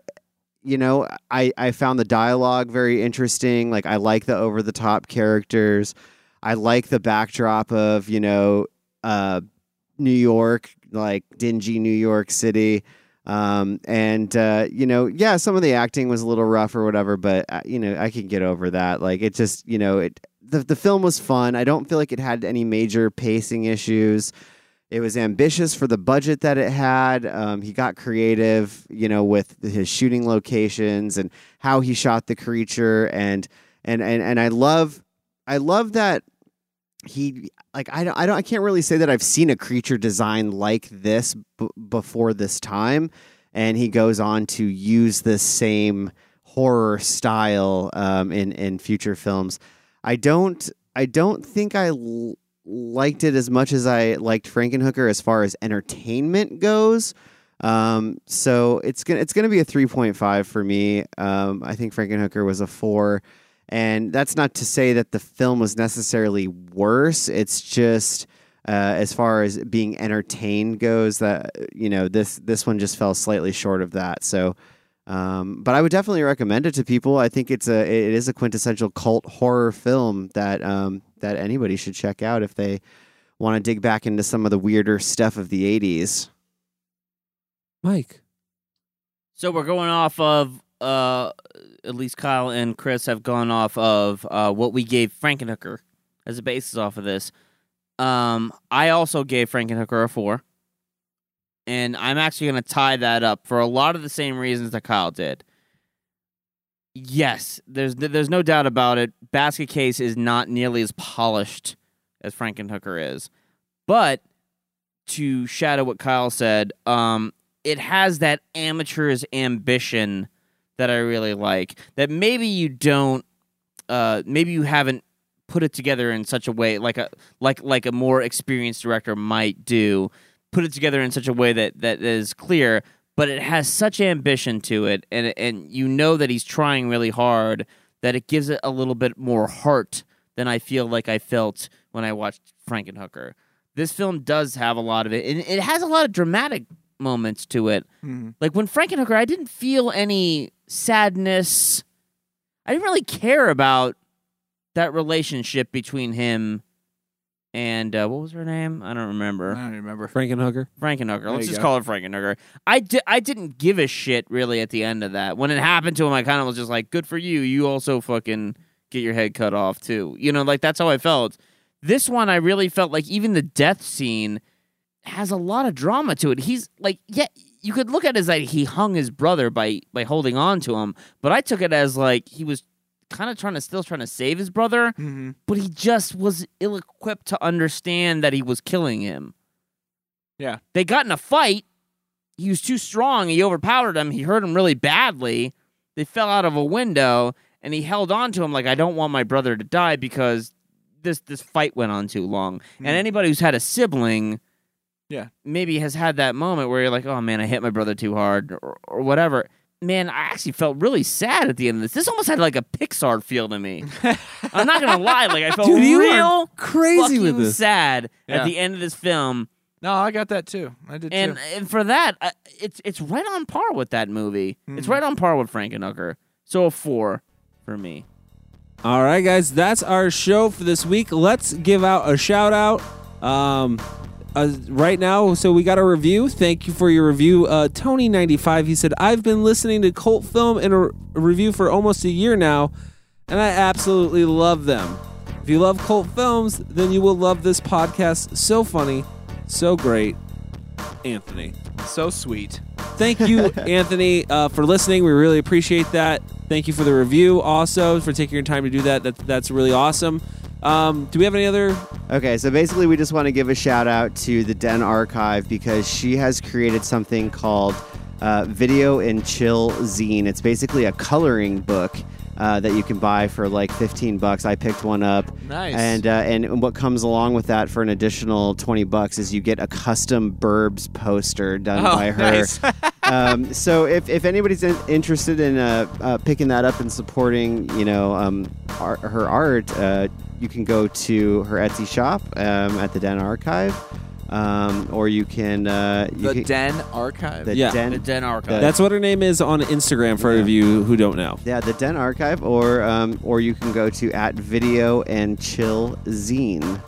S10: you know, I I found the dialogue very interesting. Like I like the over the top characters. I like the backdrop of you know uh, New York, like dingy New York City. Um, and uh, you know, yeah, some of the acting was a little rough or whatever, but uh, you know, I can get over that. Like it just, you know, it the the film was fun. I don't feel like it had any major pacing issues. It was ambitious for the budget that it had. Um, he got creative, you know, with his shooting locations and how he shot the creature, and and and and I love, I love that he like I don't, I don't I can't really say that I've seen a creature design like this b- before this time and he goes on to use this same horror style um, in in future films I don't I don't think I l- liked it as much as I liked Frankenhooker as far as entertainment goes um, so it's gonna it's gonna be a 3.5 for me um, I think Frankenhooker was a 4 and that's not to say that the film was necessarily worse. It's just uh, as far as being entertained goes, that you know this this one just fell slightly short of that. So, um, but I would definitely recommend it to people. I think it's a it is a quintessential cult horror film that um, that anybody should check out if they want to dig back into some of the weirder stuff of the '80s.
S1: Mike.
S9: So we're going off of uh at least Kyle and Chris have gone off of uh what we gave Frankenhooker as a basis off of this. Um I also gave Frankenhooker a 4. And I'm actually going to tie that up for a lot of the same reasons that Kyle did. Yes, there's there's no doubt about it. Basket Case is not nearly as polished as Frankenhooker is. But to shadow what Kyle said, um, it has that amateur's ambition that I really like. That maybe you don't, uh, maybe you haven't put it together in such a way like a like like a more experienced director might do. Put it together in such a way that that is clear, but it has such ambition to it, and and you know that he's trying really hard. That it gives it a little bit more heart than I feel like I felt when I watched Frankenhooker this film does have a lot of it, and it has a lot of dramatic moments to it.
S8: Mhm.
S9: Like when Frankenhooker, I didn't feel any sadness. I didn't really care about that relationship between him and uh, what was her name? I don't remember. I
S8: don't remember.
S1: Frankenhooker.
S9: Frankenhooker.
S1: There
S9: Let's
S1: you
S9: just
S1: go.
S9: call her Frankenhooker. I di- I didn't give a shit really at the end of that. When it happened to him, I kind of was just like, "Good for you. You also fucking get your head cut off too." You know, like that's how I felt. This one, I really felt like even the death scene has a lot of drama to it. He's like, yeah, you could look at it as like he hung his brother by by holding on to him, but I took it as like he was kind of trying to still trying to save his brother,
S1: Mm-hmm.
S9: but he just was ill equipped to understand that he was killing him.
S8: Yeah.
S9: They got in a fight. He was too strong. He overpowered him. He hurt him really badly. They fell out of a window, and he held on to him like, I don't want my brother to die because this this fight went on too long.
S1: Hmm.
S8: Mm.
S9: And anybody who's had a sibling
S8: Yeah.
S9: maybe has had that moment where you're like, oh man, I hit my brother too hard or, or whatever. Man, I actually felt really sad at the end of this. This almost had like a Pixar feel
S1: [laughs]
S9: to me. I'm not gonna lie, like I felt
S1: Dude, you were
S9: real
S1: crazy with
S9: fucking
S1: this.
S9: sad
S8: Yeah.
S9: at the end of this film.
S8: No, I got that too. I did
S9: And
S8: too.
S9: and for that, I, it's it's right on par with that movie.
S8: Hmm.
S9: It's right on par with Frankenhooker. So a four for me.
S1: All right, guys, that's our show for this week. Let's give out a shout out. Um, uh, right now, so we got a review. Thank you for your review. Uh, Tony95, he said, I've been listening to Cult Film in a, a review for almost a year now, and I absolutely love them. If you love cult films, then you will love this podcast. So funny, so great. Anthony.
S8: So sweet.
S1: Thank [laughs] you, Anthony, uh, for listening. We really appreciate that. Thank you for the review, also for taking your time to do that. that that's really awesome. Um, do we have any other?
S10: Okay, so basically, we just want to give a shout out to the Den Archive because she has created something called uh, Video and Chill Zine. It's basically a coloring book uh, that you can buy for like 15 bucks. I picked one up.
S8: Nice.
S10: And uh, and what comes along with that for an additional 20 bucks is you get a custom Burbs poster done
S8: Oh,
S10: by her.
S8: nice. [laughs]
S10: um, so if, if anybody's in, interested in uh, uh, picking that up and supporting, you know, um, ar her art, uh, you can go to her Etsy shop um, at the Den Archive, um, or you can uh, you
S8: The
S10: can-
S8: Den Archive.
S10: The Den- The Den Archive.
S1: That's what her name is on Instagram for any of you who don't know.
S10: yeah, the Den Archive, or um, or you can go to at Video and Chill Zine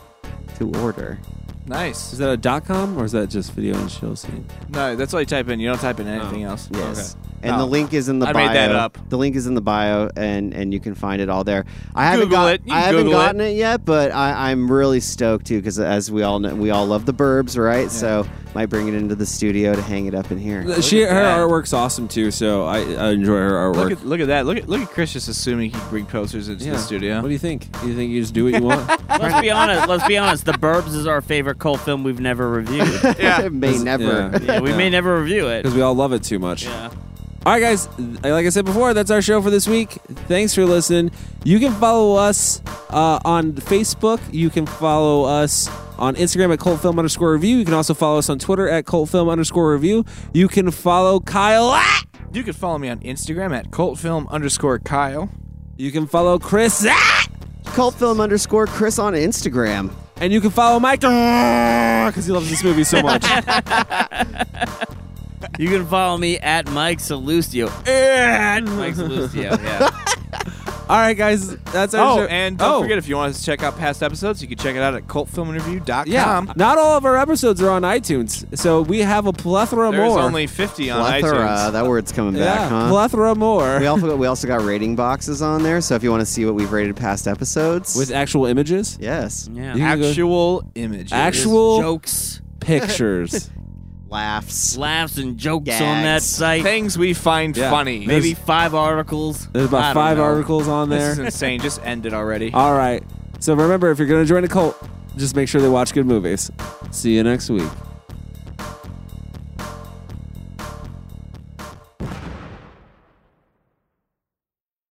S10: to order.
S8: Nice.
S1: Is that a dot com or is that just video and show scene?
S8: No, that's all you type in. You don't type in anything else.
S10: Yes.
S8: Oh. Okay.
S10: And
S8: No.
S10: the link is in the
S8: I
S10: bio.
S8: made that up.
S10: The link is in the bio, and and you can find it all there. I haven't
S8: Google
S10: got-
S8: it. You
S10: I haven't
S8: Google it.
S10: gotten it. yet, but I, I'm really stoked too because as we all know, we all love the Burbs, right? So might bring it into the studio to hang it up in here.
S1: She her artwork's awesome too, so I, I enjoy her
S8: Look
S1: artwork.
S8: at look at that. Look at look at Chris just assuming he can bring posters into
S1: Yeah.
S8: the studio.
S1: What do you think? You think you just do what
S8: [laughs]
S1: you want?
S9: Let's be honest. Let's be honest. The Burbs is our favorite cult film we've never reviewed.
S10: [laughs] yeah, may never.
S1: Yeah.
S9: Yeah, we may never review it.
S1: because we all love it too much.
S9: Yeah.
S1: All right, guys. th- Like I said before, that's our show for this week. Thanks for listening. You can follow us uh, on Facebook. You can follow us on Instagram at cultfilm underscore review. You can also follow us on Twitter at cultfilm underscore review. You can follow Kyle at.
S8: You can follow me on Instagram at cultfilm underscore Kyle.
S1: You can follow Chris at.
S10: Cult film underscore Chris on Instagram.
S1: And you can follow Mike because he loves this movie so
S8: [laughs]
S1: much.
S9: You can follow me at Mike Salustio. At Mike
S10: [laughs]
S9: Salustio. Yeah.
S1: All right, guys. That's our
S8: Oh,
S1: show.
S8: and don't
S1: Oh.
S8: forget if you want us to check out past episodes, you can check it out at cultfilminterview.com.
S1: Yeah, not all of our episodes are on iTunes, so we have a plethora
S8: There's
S1: more.
S8: only 50 on
S10: Plethora.
S8: iTunes.
S10: That word's coming
S1: Yeah,
S10: back, huh?
S1: plethora more
S10: We also we also got rating boxes on there, so if you want to see what we've rated past episodes,
S1: with actual images.
S10: [laughs] yes,
S9: Yeah.
S1: You can go-
S8: Actual images.
S1: actual
S9: jokes,
S1: pictures.
S10: laughs,
S9: laughs, and jokes on that
S10: Gags.
S9: site.
S8: Things we find
S1: Yeah.
S8: funny.
S9: Maybe
S1: There's-
S9: five articles.
S1: There's
S9: I
S1: about
S9: don't
S1: five
S9: know.
S1: articles on
S8: This is
S1: there.
S8: insane. Just end it already.
S1: All right. So remember, if you're going to join a cult, just make sure they watch good movies. See you next week.